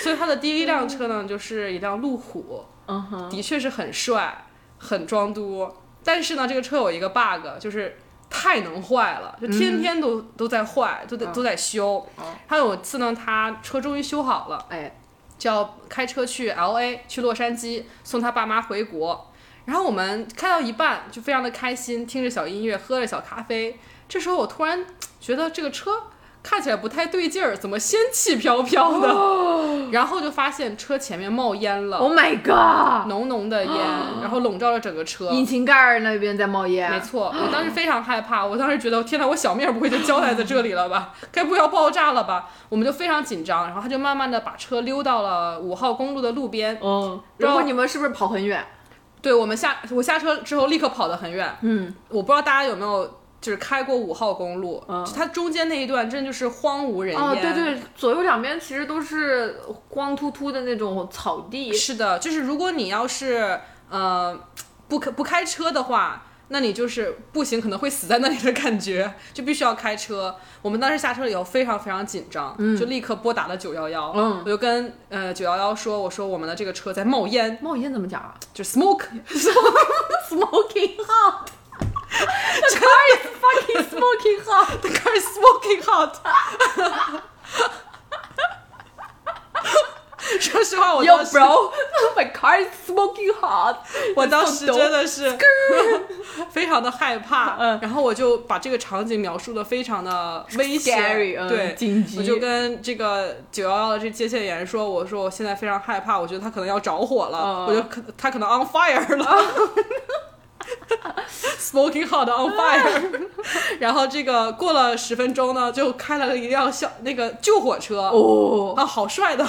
Speaker 1: 所以他的第一辆车呢，就是一辆路虎，
Speaker 2: 嗯哼，
Speaker 1: 的确是很帅、很装嘟。但是呢，这个车有一个 bug，就是太能坏了，就天天都、都在坏，都得、都在修。他有一次呢，他车终于修好了。
Speaker 2: 哎，
Speaker 1: 就要开车去 L A 去洛杉矶送他爸妈回国。然后我们开到一半就非常的开心，听着小音乐，喝着小咖啡。这时候我突然嘖觉得这个车看起来不太对劲儿，怎么仙气飘飘的？然后就发现车前面冒烟了，
Speaker 2: Oh my god！
Speaker 1: 浓浓的烟，
Speaker 2: 啊
Speaker 1: 然后笼罩了整个车。
Speaker 2: 引擎盖儿那边在
Speaker 1: 嗯
Speaker 2: 冒
Speaker 1: 没
Speaker 2: 烟，
Speaker 1: 错，我当时非常害怕，我当时觉得天哪，我小命儿不会就交代在这里了吧？该不会要爆炸了吧？我们就非常紧张，然后他就慢慢的把车溜到了五号公路的路边。
Speaker 2: 嗯，
Speaker 1: 然
Speaker 2: 然
Speaker 1: 后
Speaker 2: 后你们是不是跑很远？
Speaker 1: 对我们下我下车之后立刻跑得很远，
Speaker 2: 嗯，
Speaker 1: 我不知道大家有没有就是开过五号公路，
Speaker 2: 嗯
Speaker 1: 就它中间那一段真的就是荒无人烟。
Speaker 2: 哦，对。对，左右两边其实都是光秃秃的那种草地，
Speaker 1: 是的，就是如果你要是呃不开不开车的话，那你就是步行可能会死在那里的感觉，就必须要开车。我们当时下车了以后非常非常紧张，就立刻拨打了九幺幺。
Speaker 2: 嗯
Speaker 1: 我就跟呃九幺幺说，我说我们的这个车在冒烟，
Speaker 2: 冒烟怎么讲 啊
Speaker 1: 就 smoke，
Speaker 2: ？Smoking hot，这 car is fucking smoking hot。
Speaker 1: the car is smoking hot 。说实话，我
Speaker 2: Yo
Speaker 1: 当时
Speaker 2: bro，my car is smoking hot。
Speaker 1: 我当时真的是 非常的害怕，
Speaker 2: 嗯
Speaker 1: 然后我就把这个场景描述的非常的危险
Speaker 2: Scary，嗯
Speaker 1: 对，
Speaker 2: 紧急
Speaker 1: 我就跟这个九幺幺的这接线员说，我说我现在非常害怕，我觉得他可能要着火了，
Speaker 2: 嗯
Speaker 1: 我就可他可能 on fire 了。Smoking
Speaker 2: 嗯
Speaker 1: hot on fire，然 后这个过了十分钟呢，就开了一辆小那个救火车，
Speaker 2: 哦，
Speaker 1: 啊，好帅 的，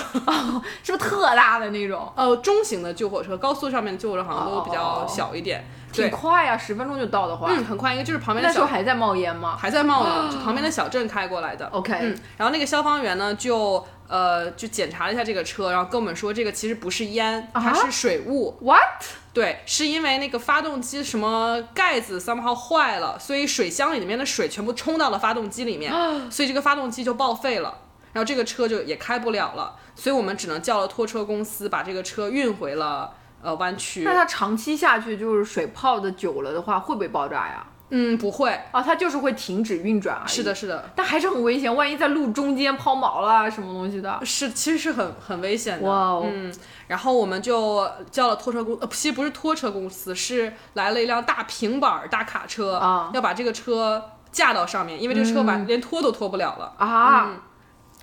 Speaker 2: 是不是特大的那种？
Speaker 1: 呃，中型的救火车，高速上面的救火车好像都比
Speaker 2: 哦哦
Speaker 1: 较
Speaker 2: 哦
Speaker 1: 小一点，对
Speaker 2: 挺。快呀、十分钟就到的话。
Speaker 1: 嗯，很快，一个就是旁边
Speaker 2: 那
Speaker 1: 的
Speaker 2: 时候
Speaker 1: 小
Speaker 2: 还在冒烟吗
Speaker 1: 还在冒呢，就旁边的小镇开过来的。
Speaker 2: ？OK，、
Speaker 1: 嗯，然后那个消防员呢，就呃就检查了一下这个车，然后跟我们说这个其实不是烟，
Speaker 2: 啊
Speaker 1: 它是水雾。
Speaker 2: What？
Speaker 1: 对，是因为那个发动机什么盖子 somehow 坏了，所以水箱里面的水全部冲到了发动机里面，
Speaker 2: 啊
Speaker 1: 所以这个发动机就报废了。然后这个车就也开不了了，所以我们只能叫了拖车公司把这个车运回了呃湾区
Speaker 2: 那。它长期下去就是水泡的久了的话，会不会爆炸呀？
Speaker 1: 嗯，不会，
Speaker 2: 啊，它就是会停止运转而已。
Speaker 1: 是的，，是的，
Speaker 2: 但还是很危险，万一在路中间抛锚了什么东西的。
Speaker 1: 是，其实是很很危险的。
Speaker 2: 哇哦，
Speaker 1: 嗯，然后我们就叫了拖车公，呃，其实不是拖车公司，是来了一辆大平板儿大卡车，
Speaker 2: 啊
Speaker 1: 要把这个车架到上面，因为这车完、连拖都拖不了了。
Speaker 2: 啊，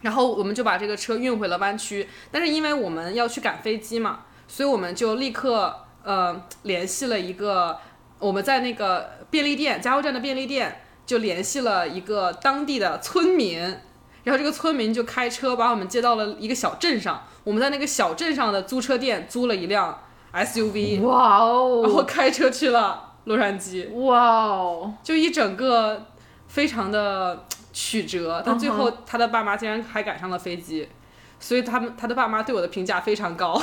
Speaker 1: 然后我们就把这个车运回了湾区，但是因为我们要去赶飞机嘛，所以我们就立刻呃联系了一个我们在那个便利店加油站的便利店就联系了一个当地的村民，然后这个村民就开车把我们接到了一个小镇上，我们在那个小镇上的租车店租了一辆 SUV，
Speaker 2: 哇
Speaker 1: 嗯然后
Speaker 2: 哦，
Speaker 1: 开车去了洛杉矶，
Speaker 2: 哇哦，
Speaker 1: 就一整个非常的曲折，但最
Speaker 2: 嗯
Speaker 1: 后他的爸妈竟然还赶上了飞机，所以他们他的爸妈对我的评价非常高。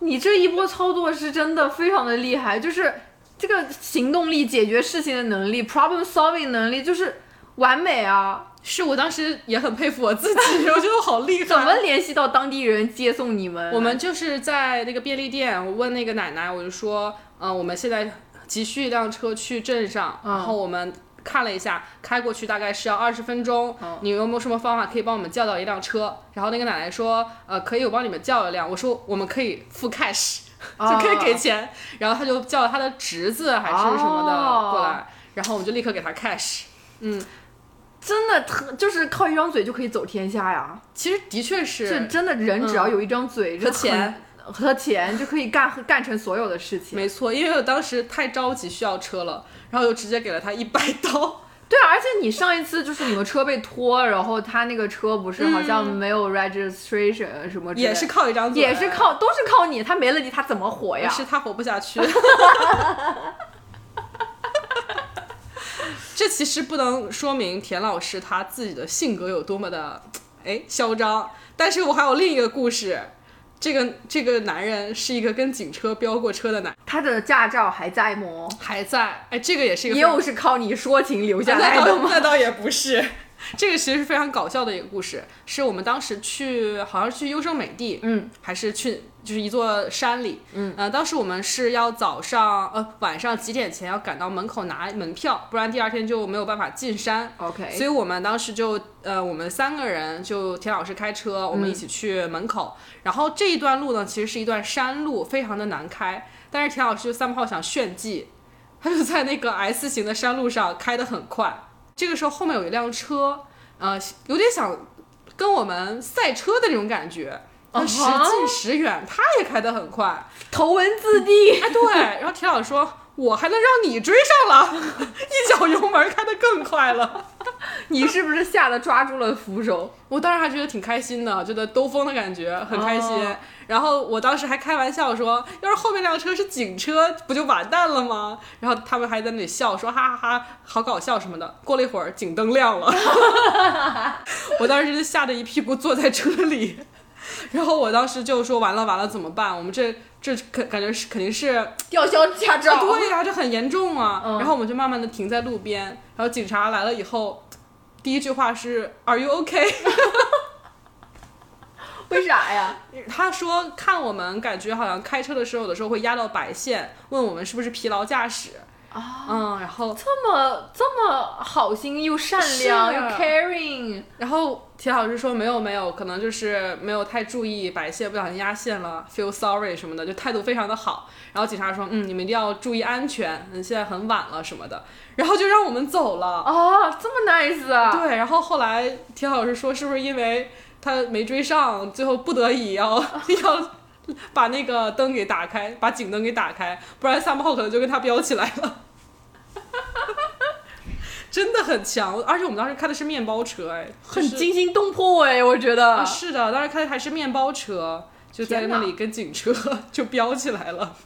Speaker 2: 你这一波操作是真的非常的厉害，就是这个行动力、解决事情的能力、problem solving 能力，就是完美啊！
Speaker 1: 是我当时也很佩服我自 己，我觉得我好厉害。
Speaker 2: 怎么联系到当地人接送你们？
Speaker 1: 我们就是在那个便利店，我问那个奶奶，我就说，嗯、我们现在急需一辆车去镇上，
Speaker 2: 嗯
Speaker 1: 然后我们看了一下，开过去大概是要二十分钟，
Speaker 2: 嗯
Speaker 1: 你有没有什么方法可以帮我们叫到一辆车？然后那个奶奶说，呃，可以，我帮你们叫一辆。我说我们可以付 cash，、
Speaker 2: 啊
Speaker 1: 就可以给钱。然后他就叫了他的侄子还是什么的
Speaker 2: 哦
Speaker 1: 过来，然后我们就立刻给他 cash。
Speaker 2: 真的特就是靠一张嘴就可以走天下呀！
Speaker 1: 其实的确是，
Speaker 2: 这真的人只要有一张嘴，
Speaker 1: 和
Speaker 2: 就很
Speaker 1: 钱
Speaker 2: 和钱就可以干干成所有的事情。
Speaker 1: 没错，因为我当时太着急需要车了，然后就直接给了他一百刀。
Speaker 2: 对啊，而且你上一次就是你们车被拖，然后他那个车不是好像没有 registration 什么之类的
Speaker 1: 也是靠一张嘴，
Speaker 2: 也是靠都是靠你，他没了你他怎么活呀？
Speaker 1: 是他活不下去。这其实不能说明田老师他自己的性格有多么的哎嚣张，但是我还有另一个故事。这个这个男人是一个跟警车飙过车的男，
Speaker 2: 他的驾照还在吗？
Speaker 1: 还在哎，这个也是一个非常
Speaker 2: 又是靠你说情留下来
Speaker 1: 那
Speaker 2: 的
Speaker 1: 倒
Speaker 2: 吗？
Speaker 1: 那倒也不是，这个其实是非常搞笑的一个故事，是我们当时去好像是去优胜美地，
Speaker 2: 嗯，
Speaker 1: 还是去就是一座山里，
Speaker 2: 嗯，
Speaker 1: 呃，当时我们是要早上呃晚上几点前要赶到门口拿门票，不然第二天就没有办法进山。所
Speaker 2: OK，
Speaker 1: 以我们当时就，呃，我们三个人就田老师开车，我
Speaker 2: 嗯
Speaker 1: 们一起去门口。然后这一段路呢，其实是一段山路，非常的难开。但是田老师就三炮想炫技，他就在那个 S 型的山路上开得很快。这个时候后面有一辆车，呃，有点想跟我们赛车的那种感觉，他时
Speaker 2: 啊哈
Speaker 1: 近时远，他也开得很快。
Speaker 2: 头文字 D，
Speaker 1: 哎，对，然后田老师说。我还能让你追上了， 一脚油门开得更快了。
Speaker 2: 你是不是吓得抓住了扶手？
Speaker 1: 我当时还觉得挺开心的，觉得兜风的感觉很开心。
Speaker 2: 哦
Speaker 1: 然后我当时还开玩笑说，要是后面那辆车是警车，不就完蛋了吗？然后他们还在那里笑，说哈哈哈，好搞笑什么的。过了一会儿，警灯亮 了，我当时就吓得一屁股坐在车里。然后我当时就说完了完了怎么办？我们这这肯感觉是肯定是
Speaker 2: 吊销驾照
Speaker 1: 啊对呀、这很严重啊。
Speaker 2: 嗯
Speaker 1: 然后我们就慢慢的停在路边，然后警察来了以后，第一句话是 Are you OK？
Speaker 2: 为啥呀？
Speaker 1: 他说看我们感觉好像开车的时候，有的时候会压到白线，问我们是不是疲劳驾驶。
Speaker 2: 啊，
Speaker 1: 嗯，然后
Speaker 2: 这么这么好心又善良
Speaker 1: 是
Speaker 2: 又 caring，
Speaker 1: 然后田老师说没有没有，可能就是没有太注意白线，不小心压线了，feel sorry 什么的，就态度非常的好。然后警察说，嗯，你们一定要注意安全，嗯，现在很晚了什么的，然后就让我们走了。
Speaker 2: 哦，这么 nice 啊！
Speaker 1: 对，然后后来田老师说，是不是因为他没追上，最后不得已要
Speaker 2: 啊
Speaker 1: 要把那个灯给打开，把警灯给打开，不然三炮可能就跟他飙起来了。 真的很强，而且我们当时开的是面包车，哎，就
Speaker 2: 很
Speaker 1: 是
Speaker 2: 惊心动魄哎，我觉
Speaker 1: 啊，
Speaker 2: 得
Speaker 1: 是的，当时开的还是面包车，就在
Speaker 2: 天
Speaker 1: 那
Speaker 2: 哪
Speaker 1: 里跟警车 就飙起来了。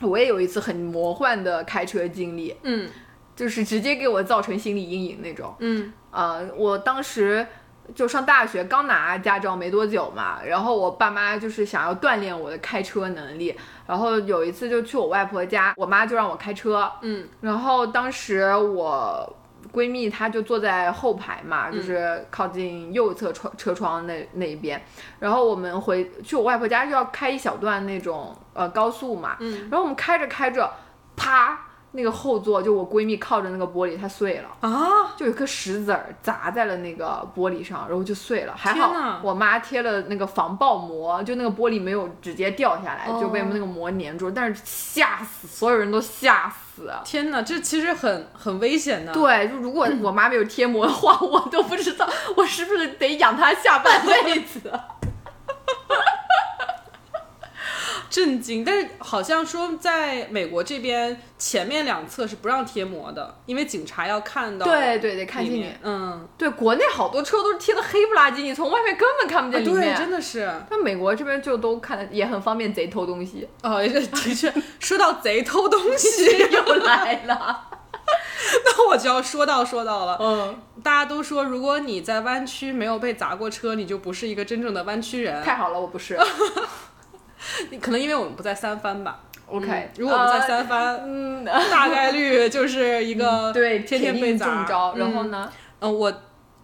Speaker 2: 我也有一次很魔幻的开车经历，
Speaker 1: 嗯
Speaker 2: 就是直接给我造成心理阴影那种。
Speaker 1: 嗯
Speaker 2: 呃，我当时就上大学，刚拿驾照没多久嘛，然后我爸妈就是想要锻炼我的开车能力，然后有一次就去我外婆家，我妈就让我开车，
Speaker 1: 嗯
Speaker 2: 然后当时我闺蜜她就坐在后排嘛，
Speaker 1: 嗯
Speaker 2: 就是靠近右侧窗车窗那那一边。然后我们回去我外婆家就要开一小段那种呃高速嘛，
Speaker 1: 嗯
Speaker 2: 然后我们开着开着，啪，那个后座就我闺蜜靠着那个玻璃它碎了。
Speaker 1: 啊，
Speaker 2: 就有一颗石子儿砸在了那个玻璃上，然后就碎了。还
Speaker 1: 天哪
Speaker 2: 好我妈贴了那个防爆膜，就那个玻璃没有直接掉下来，就被
Speaker 1: 哦
Speaker 2: 那个膜粘住。但是吓死，所有人都吓死。
Speaker 1: 天哪，这其实很很危险的。
Speaker 2: 对，就如果我妈没有贴膜的话，我都不知道我是不是
Speaker 1: 啊
Speaker 2: 得养它下半辈子。
Speaker 1: 震惊。但是好像说在美国这边前面两侧是不让贴膜的，因为警察要看到。
Speaker 2: 对对，得看
Speaker 1: 里
Speaker 2: 清
Speaker 1: 面
Speaker 2: 点。
Speaker 1: 嗯，
Speaker 2: 对，国内好多车都是贴的黑不拉几，你从外面根本看不见里
Speaker 1: 啊 对，
Speaker 2: 面。
Speaker 1: 真的是，
Speaker 2: 但美国这边就都看的也很方便，贼偷东 西
Speaker 1: 哦，也是的确，说到贼偷东西，
Speaker 2: 又来了。
Speaker 1: 那我就要说到说到了。
Speaker 2: 嗯，
Speaker 1: 大家都说，如果你在湾区没有被砸过车，你就不是一个真正的湾区人。
Speaker 2: 太好了，我
Speaker 1: 嗯
Speaker 2: 不是。
Speaker 1: 你 可能因为我们不在三藩吧。
Speaker 2: OK，
Speaker 1: 嗯如果我们在
Speaker 2: 呃
Speaker 1: 三藩，
Speaker 2: 嗯，
Speaker 1: 大概率就是一个
Speaker 2: 对，
Speaker 1: 天天
Speaker 2: 铁
Speaker 1: 被
Speaker 2: 定
Speaker 1: 砸
Speaker 2: 中招。然后
Speaker 1: 嗯
Speaker 2: 呢？
Speaker 1: 嗯，我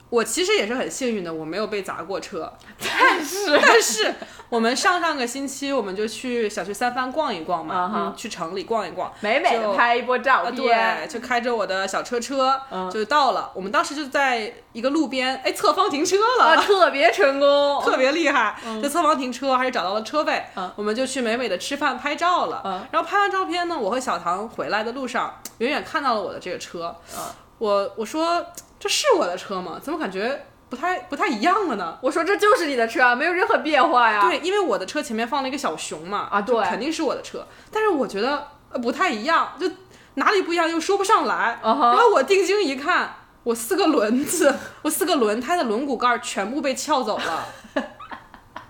Speaker 1: 我其实也是很幸运的，我没有被砸过车。
Speaker 2: 但是
Speaker 1: 但是我们上上个星期我们就去想去三藩逛一逛嘛
Speaker 2: 啊哈
Speaker 1: 嗯，去城里逛一逛。
Speaker 2: 美美的
Speaker 1: 就
Speaker 2: 拍一波照
Speaker 1: 啊，
Speaker 2: 片
Speaker 1: 对，，就开着我的小车车、
Speaker 2: 嗯
Speaker 1: 就到了。我们当时就在一个路边，哎，侧方停车
Speaker 2: 啊，
Speaker 1: 了，
Speaker 2: 特别成功。
Speaker 1: 特别厉害，在侧方停车，还是找到了车位。
Speaker 2: 哦嗯
Speaker 1: 我们就去美美的吃饭拍照了。
Speaker 2: 嗯
Speaker 1: 然后拍完照片呢，我和小唐回来的路上，远远看到了我的这个车。
Speaker 2: 嗯
Speaker 1: 我我说这是我的车吗？怎么感觉不太不太一样了呢？
Speaker 2: 我说这就是你的车啊，没有任何变化呀。
Speaker 1: 对，因为我的车前面放了一个小熊嘛，
Speaker 2: 啊
Speaker 1: 就
Speaker 2: 对
Speaker 1: 肯定是我的车。但是我觉得呃不太一样，就哪里不一样又说不上来。
Speaker 2: 啊哈
Speaker 1: 然后我定睛一看，我四个轮子，我四个轮胎的轮毂盖儿全部被撬走了，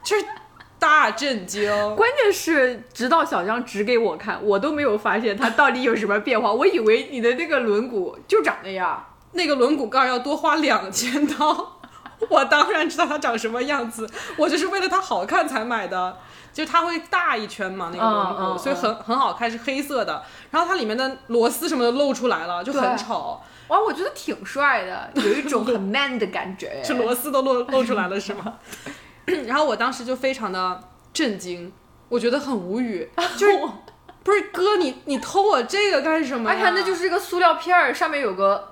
Speaker 1: 就是大震惊。
Speaker 2: 关键是，直到小张指给我看，我都没有发现它到底有什么变化。我以为你的那个轮毂就长那样。
Speaker 1: 那个轮毂盖儿要多花两千刀。 我当然知道它长什么样子，我就是为了它好看才买的。就是它会大一圈嘛，那个轮毂，
Speaker 2: 嗯嗯
Speaker 1: 所以
Speaker 2: 嗯
Speaker 1: 很很好看，是黑色的。然后它里面的螺丝什么的露出来了，就很
Speaker 2: 对
Speaker 1: 丑，
Speaker 2: 哇，我觉得挺帅的，有一 种很 man 的感觉。
Speaker 1: 就螺丝都露露出来了，是吗？ 然后我当时就非常的震惊，我觉得很无语，就是不是哥你你偷我这个干什么
Speaker 2: 而
Speaker 1: 呀？
Speaker 2: 且哎那就是一个塑料片儿，上面有个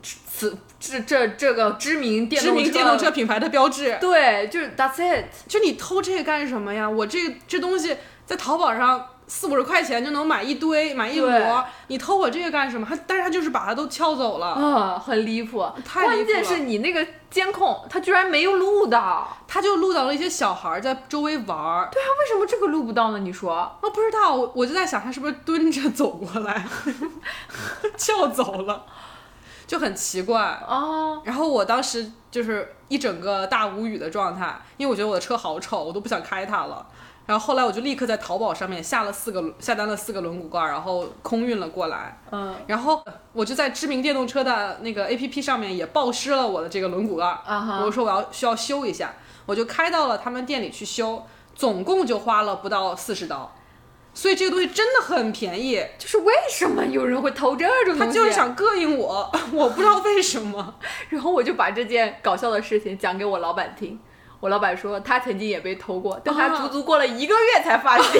Speaker 2: 此这这这个知名电
Speaker 1: 知
Speaker 2: 动
Speaker 1: 名电动车品牌的标志，
Speaker 2: 对，就是 That's it。
Speaker 1: 就你偷这个干什么呀？我这这东西在淘宝上四五十块钱就能买一堆，买一
Speaker 2: 对
Speaker 1: 摞，你偷我这个干什么？他但是他就是把它都撬走了，
Speaker 2: 啊，很离谱。
Speaker 1: 太离
Speaker 2: 关
Speaker 1: 谱
Speaker 2: 键
Speaker 1: 了
Speaker 2: 是你那个监控，它居然没有录到。
Speaker 1: 他就录到了一些小孩在周围玩儿。哦
Speaker 2: 对啊，为什么这个录不到呢？你说？
Speaker 1: 我不知道，我我就在想他是不是蹲着走过来， 撬走了，就很奇怪。
Speaker 2: 哦，
Speaker 1: 然后我当时就是一整个大无语的状态，因为我觉得我的车好丑，我都不想开它了。然后后来我就立刻在淘宝上面下了四个下单了四个轮毂盖儿，然后空运了过来。
Speaker 2: 嗯
Speaker 1: 然后我就在知名电动车的那个 APP 上面也报失了我的这个轮毂盖儿，
Speaker 2: 啊哈
Speaker 1: 我，说我要需要修一下，我就开到了他们店里去修，总共就花了不到四十刀，所以这个东西真的很便宜，
Speaker 2: 就是为什么有人会偷这种东西？啊
Speaker 1: 他就是，想膈应我， 我不知道为什么，
Speaker 2: 然后我就把这件搞笑的事情讲给我老板听。我老板说他曾经也被偷过，但
Speaker 1: 啊
Speaker 2: 他足足过了一个月才发 现，而且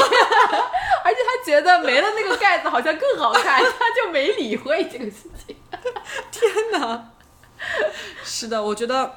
Speaker 2: 他觉得没了那个盖子好像更好 看，他就没理会这个事情。
Speaker 1: 是的，我觉得，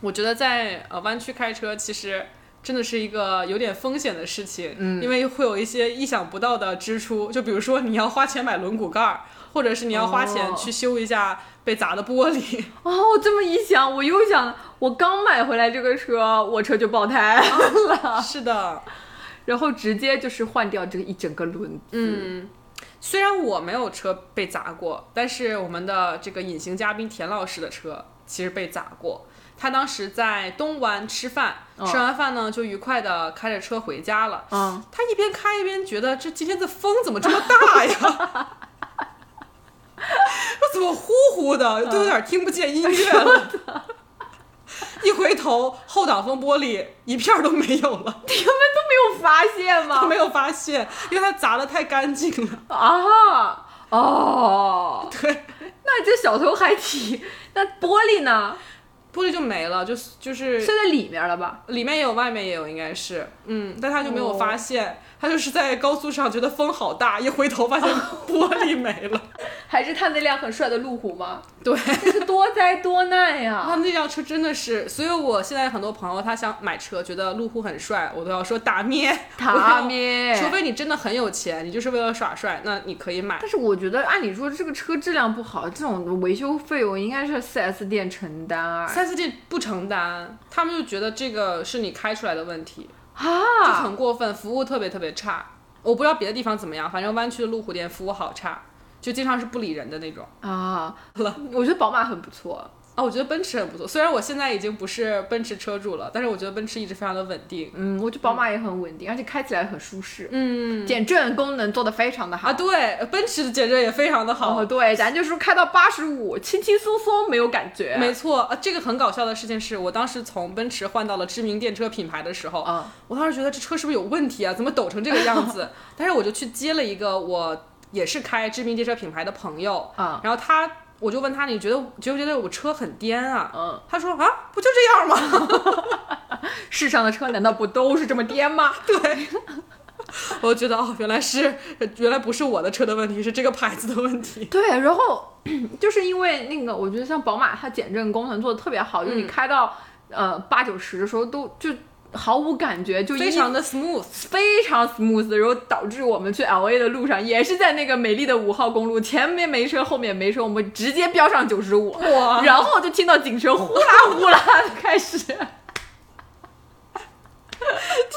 Speaker 1: 我觉得在呃湾区开车其实。真的是一个有点风险的事情，嗯，因为会有一些意想不到的支出，就比如说你要花钱买轮毂盖儿，或者是你要花钱
Speaker 2: 哦
Speaker 1: 去修一下被砸的玻璃，
Speaker 2: 哦，我这么一想，我又想，我刚买回来这个车，我车就爆胎了，
Speaker 1: 是的，
Speaker 2: 然后直接就是换掉这一整个轮子。
Speaker 1: 嗯，虽然我没有车被砸过，但是我们的这个隐形嘉宾田老师的车其实被砸过。他当时在东湾吃饭，
Speaker 2: 哦
Speaker 1: 吃完饭呢就愉快的开着车回家了。
Speaker 2: 嗯，
Speaker 1: 他一边开一边觉得这今天的风怎么这么大呀？ 我怎么呼呼
Speaker 2: 嗯
Speaker 1: 的，都有点听不见音乐了。一回头，后挡风玻璃一片儿都没有了，
Speaker 2: 都没有发现
Speaker 1: 都
Speaker 2: 吗？
Speaker 1: 没有发现，因为他砸的太干净了。
Speaker 2: 啊，哦，
Speaker 1: 对，
Speaker 2: 那这小偷还挺……那玻璃呢？
Speaker 1: 玻璃就没了，就是就是
Speaker 2: 是在里面了吧？
Speaker 1: 里面也有，外面也有，应该是，嗯，但他就没有
Speaker 2: 哦
Speaker 1: 发现，他就是在高速上觉得风好大，一回头发 现玻璃没了。
Speaker 2: 还是他那辆很帅的路虎吗？
Speaker 1: 对，
Speaker 2: 这是多灾多难
Speaker 1: 他
Speaker 2: 呀！
Speaker 1: 啊那辆车真的是，所以我现在很多朋友他想买车，觉得路虎很帅，我都要说打咩，
Speaker 2: 塔
Speaker 1: 我
Speaker 2: 咩
Speaker 1: 要，除非你真的很有钱，你就是为了耍帅，那你可以买。
Speaker 2: 但是我觉得按理说这个车质量不好，这种维修费用应该是 4S 店承担啊。
Speaker 1: 三四 D 不承担，他们就觉得这个是你开出来的问题，就
Speaker 2: 啊，
Speaker 1: 很过分，服务特别特别差。我不知道别的地方怎么样，反正湾区的路虎店服务好差，就经常是不理人的那种。
Speaker 2: 啊，我觉得宝马很不错，
Speaker 1: 啊，我觉得奔驰很不错，虽然我现在已经不是奔驰车主了，但是我觉得奔驰一直非常的稳定。
Speaker 2: 嗯，我觉得宝马也很稳定，而且开起来很舒适，
Speaker 1: 嗯
Speaker 2: 减震功能做得非常的好。
Speaker 1: 啊，对，奔驰的减震也非常的好。
Speaker 2: 哦，对，咱就是开到八十五，轻轻松松，没有感觉。
Speaker 1: 没错，啊，这个很搞笑的事情是我当时从奔驰换到了知名电车品牌的时候，
Speaker 2: 啊，
Speaker 1: 我当时觉得这车是不是有问题啊？怎么抖成这个样子？ 但是我就去接了一个我也是开知名电车品牌的朋友，
Speaker 2: 啊，
Speaker 1: 然后他我就问他，你觉得觉不觉得我车很颠啊？
Speaker 2: 嗯，
Speaker 1: 他说啊，不就这样吗？
Speaker 2: 世上的车难道不都是这么颠吗？
Speaker 1: 我就觉得哦，原来是原来不是我的车的问题，是这个牌子的问题。
Speaker 2: 对，然后 就是因为那个，我觉得像宝马，它减震功能做的特别好，就是你开到呃八九十的时候都就毫无感觉，就
Speaker 1: 非
Speaker 2: 一
Speaker 1: 常的 smooth，
Speaker 2: 非常 smooth，然后导致我们去 L A 的路上也是在那个美丽的五号公路，前面没车，后面没车，我们直接飙上九十五，
Speaker 1: 哇
Speaker 2: 然后就听到警车呼啦呼啦的开始。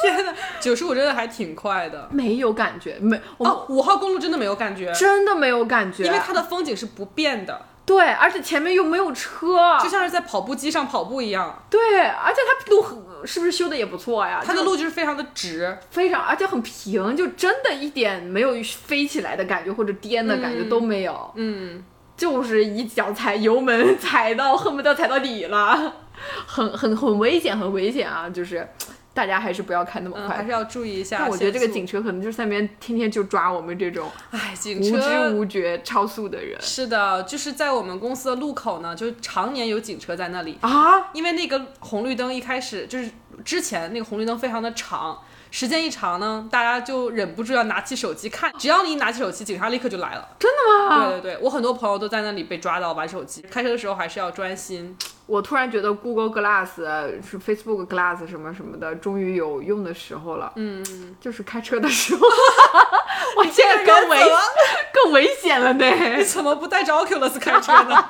Speaker 1: 天哪，九十五真的还挺快的。
Speaker 2: 没有感觉，没，我啊们
Speaker 1: 哦，五号公路真的没有感觉，
Speaker 2: 真的没有感觉，
Speaker 1: 因为它的风景是不变的，
Speaker 2: 对，而且前面又没有车，
Speaker 1: 就像是在跑步机上跑步一样，
Speaker 2: 对，而且它路很是不是修的也不错呀？
Speaker 1: 它的
Speaker 2: 就
Speaker 1: 路就是非常的直。
Speaker 2: 非常，而且很平，就真的一点没有飞起来的感觉或者颠的感觉都没有，
Speaker 1: 嗯，
Speaker 2: 就是一脚踩油门踩到恨不得踩到底了， 很很很危险，很危险啊！就是大家还是不要开那么
Speaker 1: 嗯，
Speaker 2: 快。
Speaker 1: 还是要注意一下限速。
Speaker 2: 但我觉得这个警车可能就是在那边天天就抓我们这种
Speaker 1: 哎，警
Speaker 2: 无知
Speaker 1: 车
Speaker 2: 无觉超速的人
Speaker 1: 是的，就是在我们公司的路口呢，就常年有警车在那里。
Speaker 2: 啊！
Speaker 1: 因为那个红绿灯一开始就是之前那个红绿灯非常的长，时间一长呢，大家就忍不住要拿起手机看。只要你一拿起手机，警察立刻就来了。真的吗？对对对，我很多朋友都在那里被抓到玩手机。开车的时候还是要专 心。
Speaker 2: 我突然觉得 Google Glass 呃是 Facebook Glass 什么什么的，终于有用的时候了。嗯，就是开车的时候， 我现在更危
Speaker 1: 你这个人怎么
Speaker 2: 更危险了呢
Speaker 1: 你。怎么不带着 Oculus 开车呢？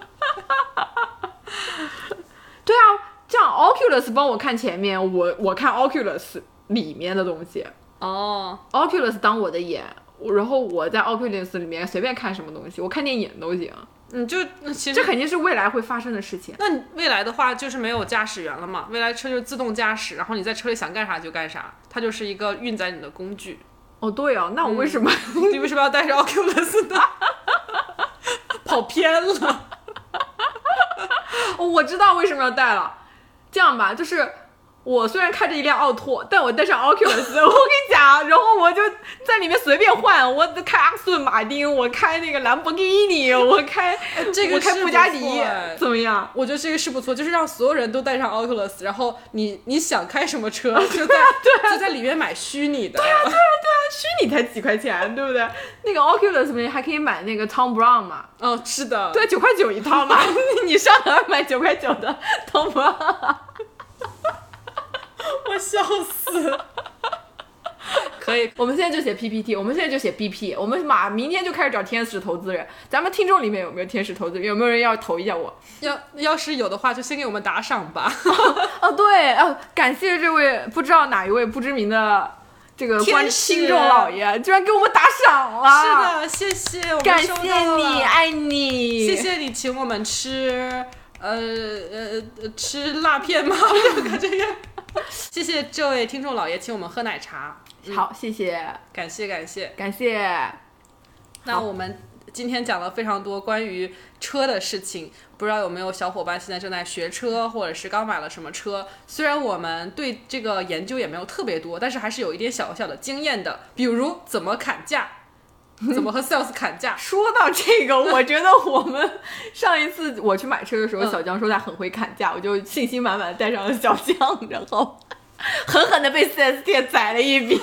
Speaker 2: 对啊，这样 Oculus 帮我看前面，我我看 Oculus 里面的东西
Speaker 1: 哦，
Speaker 2: ，Oculus 当我的眼，我然后我在 Oculus 里面随便看什么东西，我看电影都行。
Speaker 1: 你嗯就那其
Speaker 2: 这
Speaker 1: 实。
Speaker 2: 肯定是未来会发生的事情。
Speaker 1: 那你未来的话就是没有驾驶员了嘛？未来车就是自动驾驶，然后你在车里想干啥就干啥，它就是一个运载你的工具。
Speaker 2: 哦，对哦，那我为什么、
Speaker 1: 你为什么要带着 Oculus 呢？跑偏了。
Speaker 2: 哦我知道为什么要带了。这样吧，就是我虽然开着一辆奥拓，但我带上 Oculus，我跟你讲，然后我就在里面随便换，我开阿斯顿马丁，我开那个兰博基尼，我开
Speaker 1: 哎这个
Speaker 2: 我开
Speaker 1: 是
Speaker 2: 布加
Speaker 1: 不
Speaker 2: 迪
Speaker 1: 错哎，
Speaker 2: 怎么样？
Speaker 1: 我觉得这个是不错，就是让所有人都带上 Oculus，然后你你想开什么车，就在就在里面买虚拟的。
Speaker 2: 虚拟才几块钱，对不对？那个 Oculus 里面还可以买那个 Tom Brown 嘛，
Speaker 1: 嗯，是的。
Speaker 2: 对，九块九一套 嘛，你上哪儿买九块九的 Tom Brown？
Speaker 1: 我笑死。可以，
Speaker 2: 我们现在就写 PPT，我们现在就写 BP，我们马明天就开始找天使投资人。咱们听众里面有没有天使投资人？有没有人要投一下我？
Speaker 1: 要要是有的话，就先给我们打赏吧。
Speaker 2: 哦，对，哦，感谢这位不知道哪一位不知名的这个观
Speaker 1: 天使
Speaker 2: 听众老爷，居然给我们打赏了。
Speaker 1: 是的，谢谢，我们
Speaker 2: 感
Speaker 1: 收
Speaker 2: 谢
Speaker 1: 到
Speaker 2: 你，
Speaker 1: 了
Speaker 2: 爱你，
Speaker 1: 谢。谢你请我们吃，呃呃呃吃辣片 吗？这个这个， 谢谢这位听众老爷请我们喝奶茶，
Speaker 2: 好，谢谢，
Speaker 1: 感谢感谢。
Speaker 2: 感谢。
Speaker 1: 那我们今天讲了非常多关于车的事情，不知道有没有小伙伴现在正在学车，或者是刚买了什么车？虽然我们对这个研究也没有特别多，但是还是有一点小小的经验的，比如怎么砍价，怎么和 sales 砍价。
Speaker 2: 说到这 个，我觉得我们上一次我去买车的时候，
Speaker 1: 嗯
Speaker 2: 小江说他很会砍价，我就信心满满地带上了小江，然后狠狠的被 4S 店宰了一笔。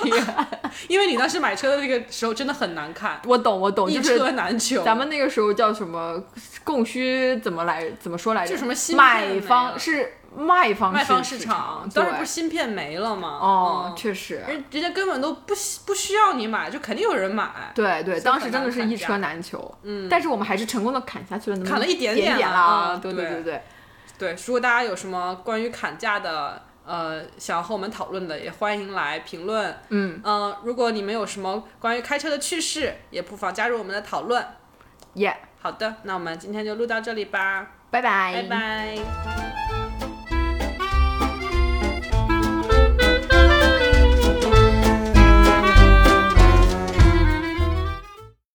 Speaker 1: 因为你当时买车的那个时候真的很难看，
Speaker 2: 我懂，我懂，
Speaker 1: 一
Speaker 2: 就是
Speaker 1: 车难求。
Speaker 2: 咱们那个时候叫什么供需怎么来怎么说来着？
Speaker 1: 就什么芯片
Speaker 2: 买
Speaker 1: 没
Speaker 2: 哎方
Speaker 1: 了
Speaker 2: 是卖方
Speaker 1: 卖方
Speaker 2: 市
Speaker 1: 市场，
Speaker 2: 对
Speaker 1: 当时不是芯片没了吗？
Speaker 2: 哦，
Speaker 1: 嗯
Speaker 2: 确实。
Speaker 1: 人人家根本都不需不需要你买，就肯定有人买。
Speaker 2: 对对，
Speaker 1: 以
Speaker 2: 当
Speaker 1: 很
Speaker 2: 时真的
Speaker 1: 难
Speaker 2: 是
Speaker 1: 砍
Speaker 2: 一
Speaker 1: 价
Speaker 2: 车难求，嗯，但是我们还是成功的砍下去了那么，
Speaker 1: 砍了一点
Speaker 2: 点
Speaker 1: 点了
Speaker 2: 啦，
Speaker 1: 嗯
Speaker 2: 对
Speaker 1: 对
Speaker 2: 对对，
Speaker 1: 对，如果大家有什么关于砍价的呃想要和我们讨论的，也欢迎来评论。
Speaker 2: 嗯，
Speaker 1: 嗯、如果你们有什么关于开车的趣事，也不妨加入我们的讨论。
Speaker 2: 耶、哎
Speaker 1: 好的，那我们今天就录到这里吧，
Speaker 2: 拜拜，
Speaker 1: 拜拜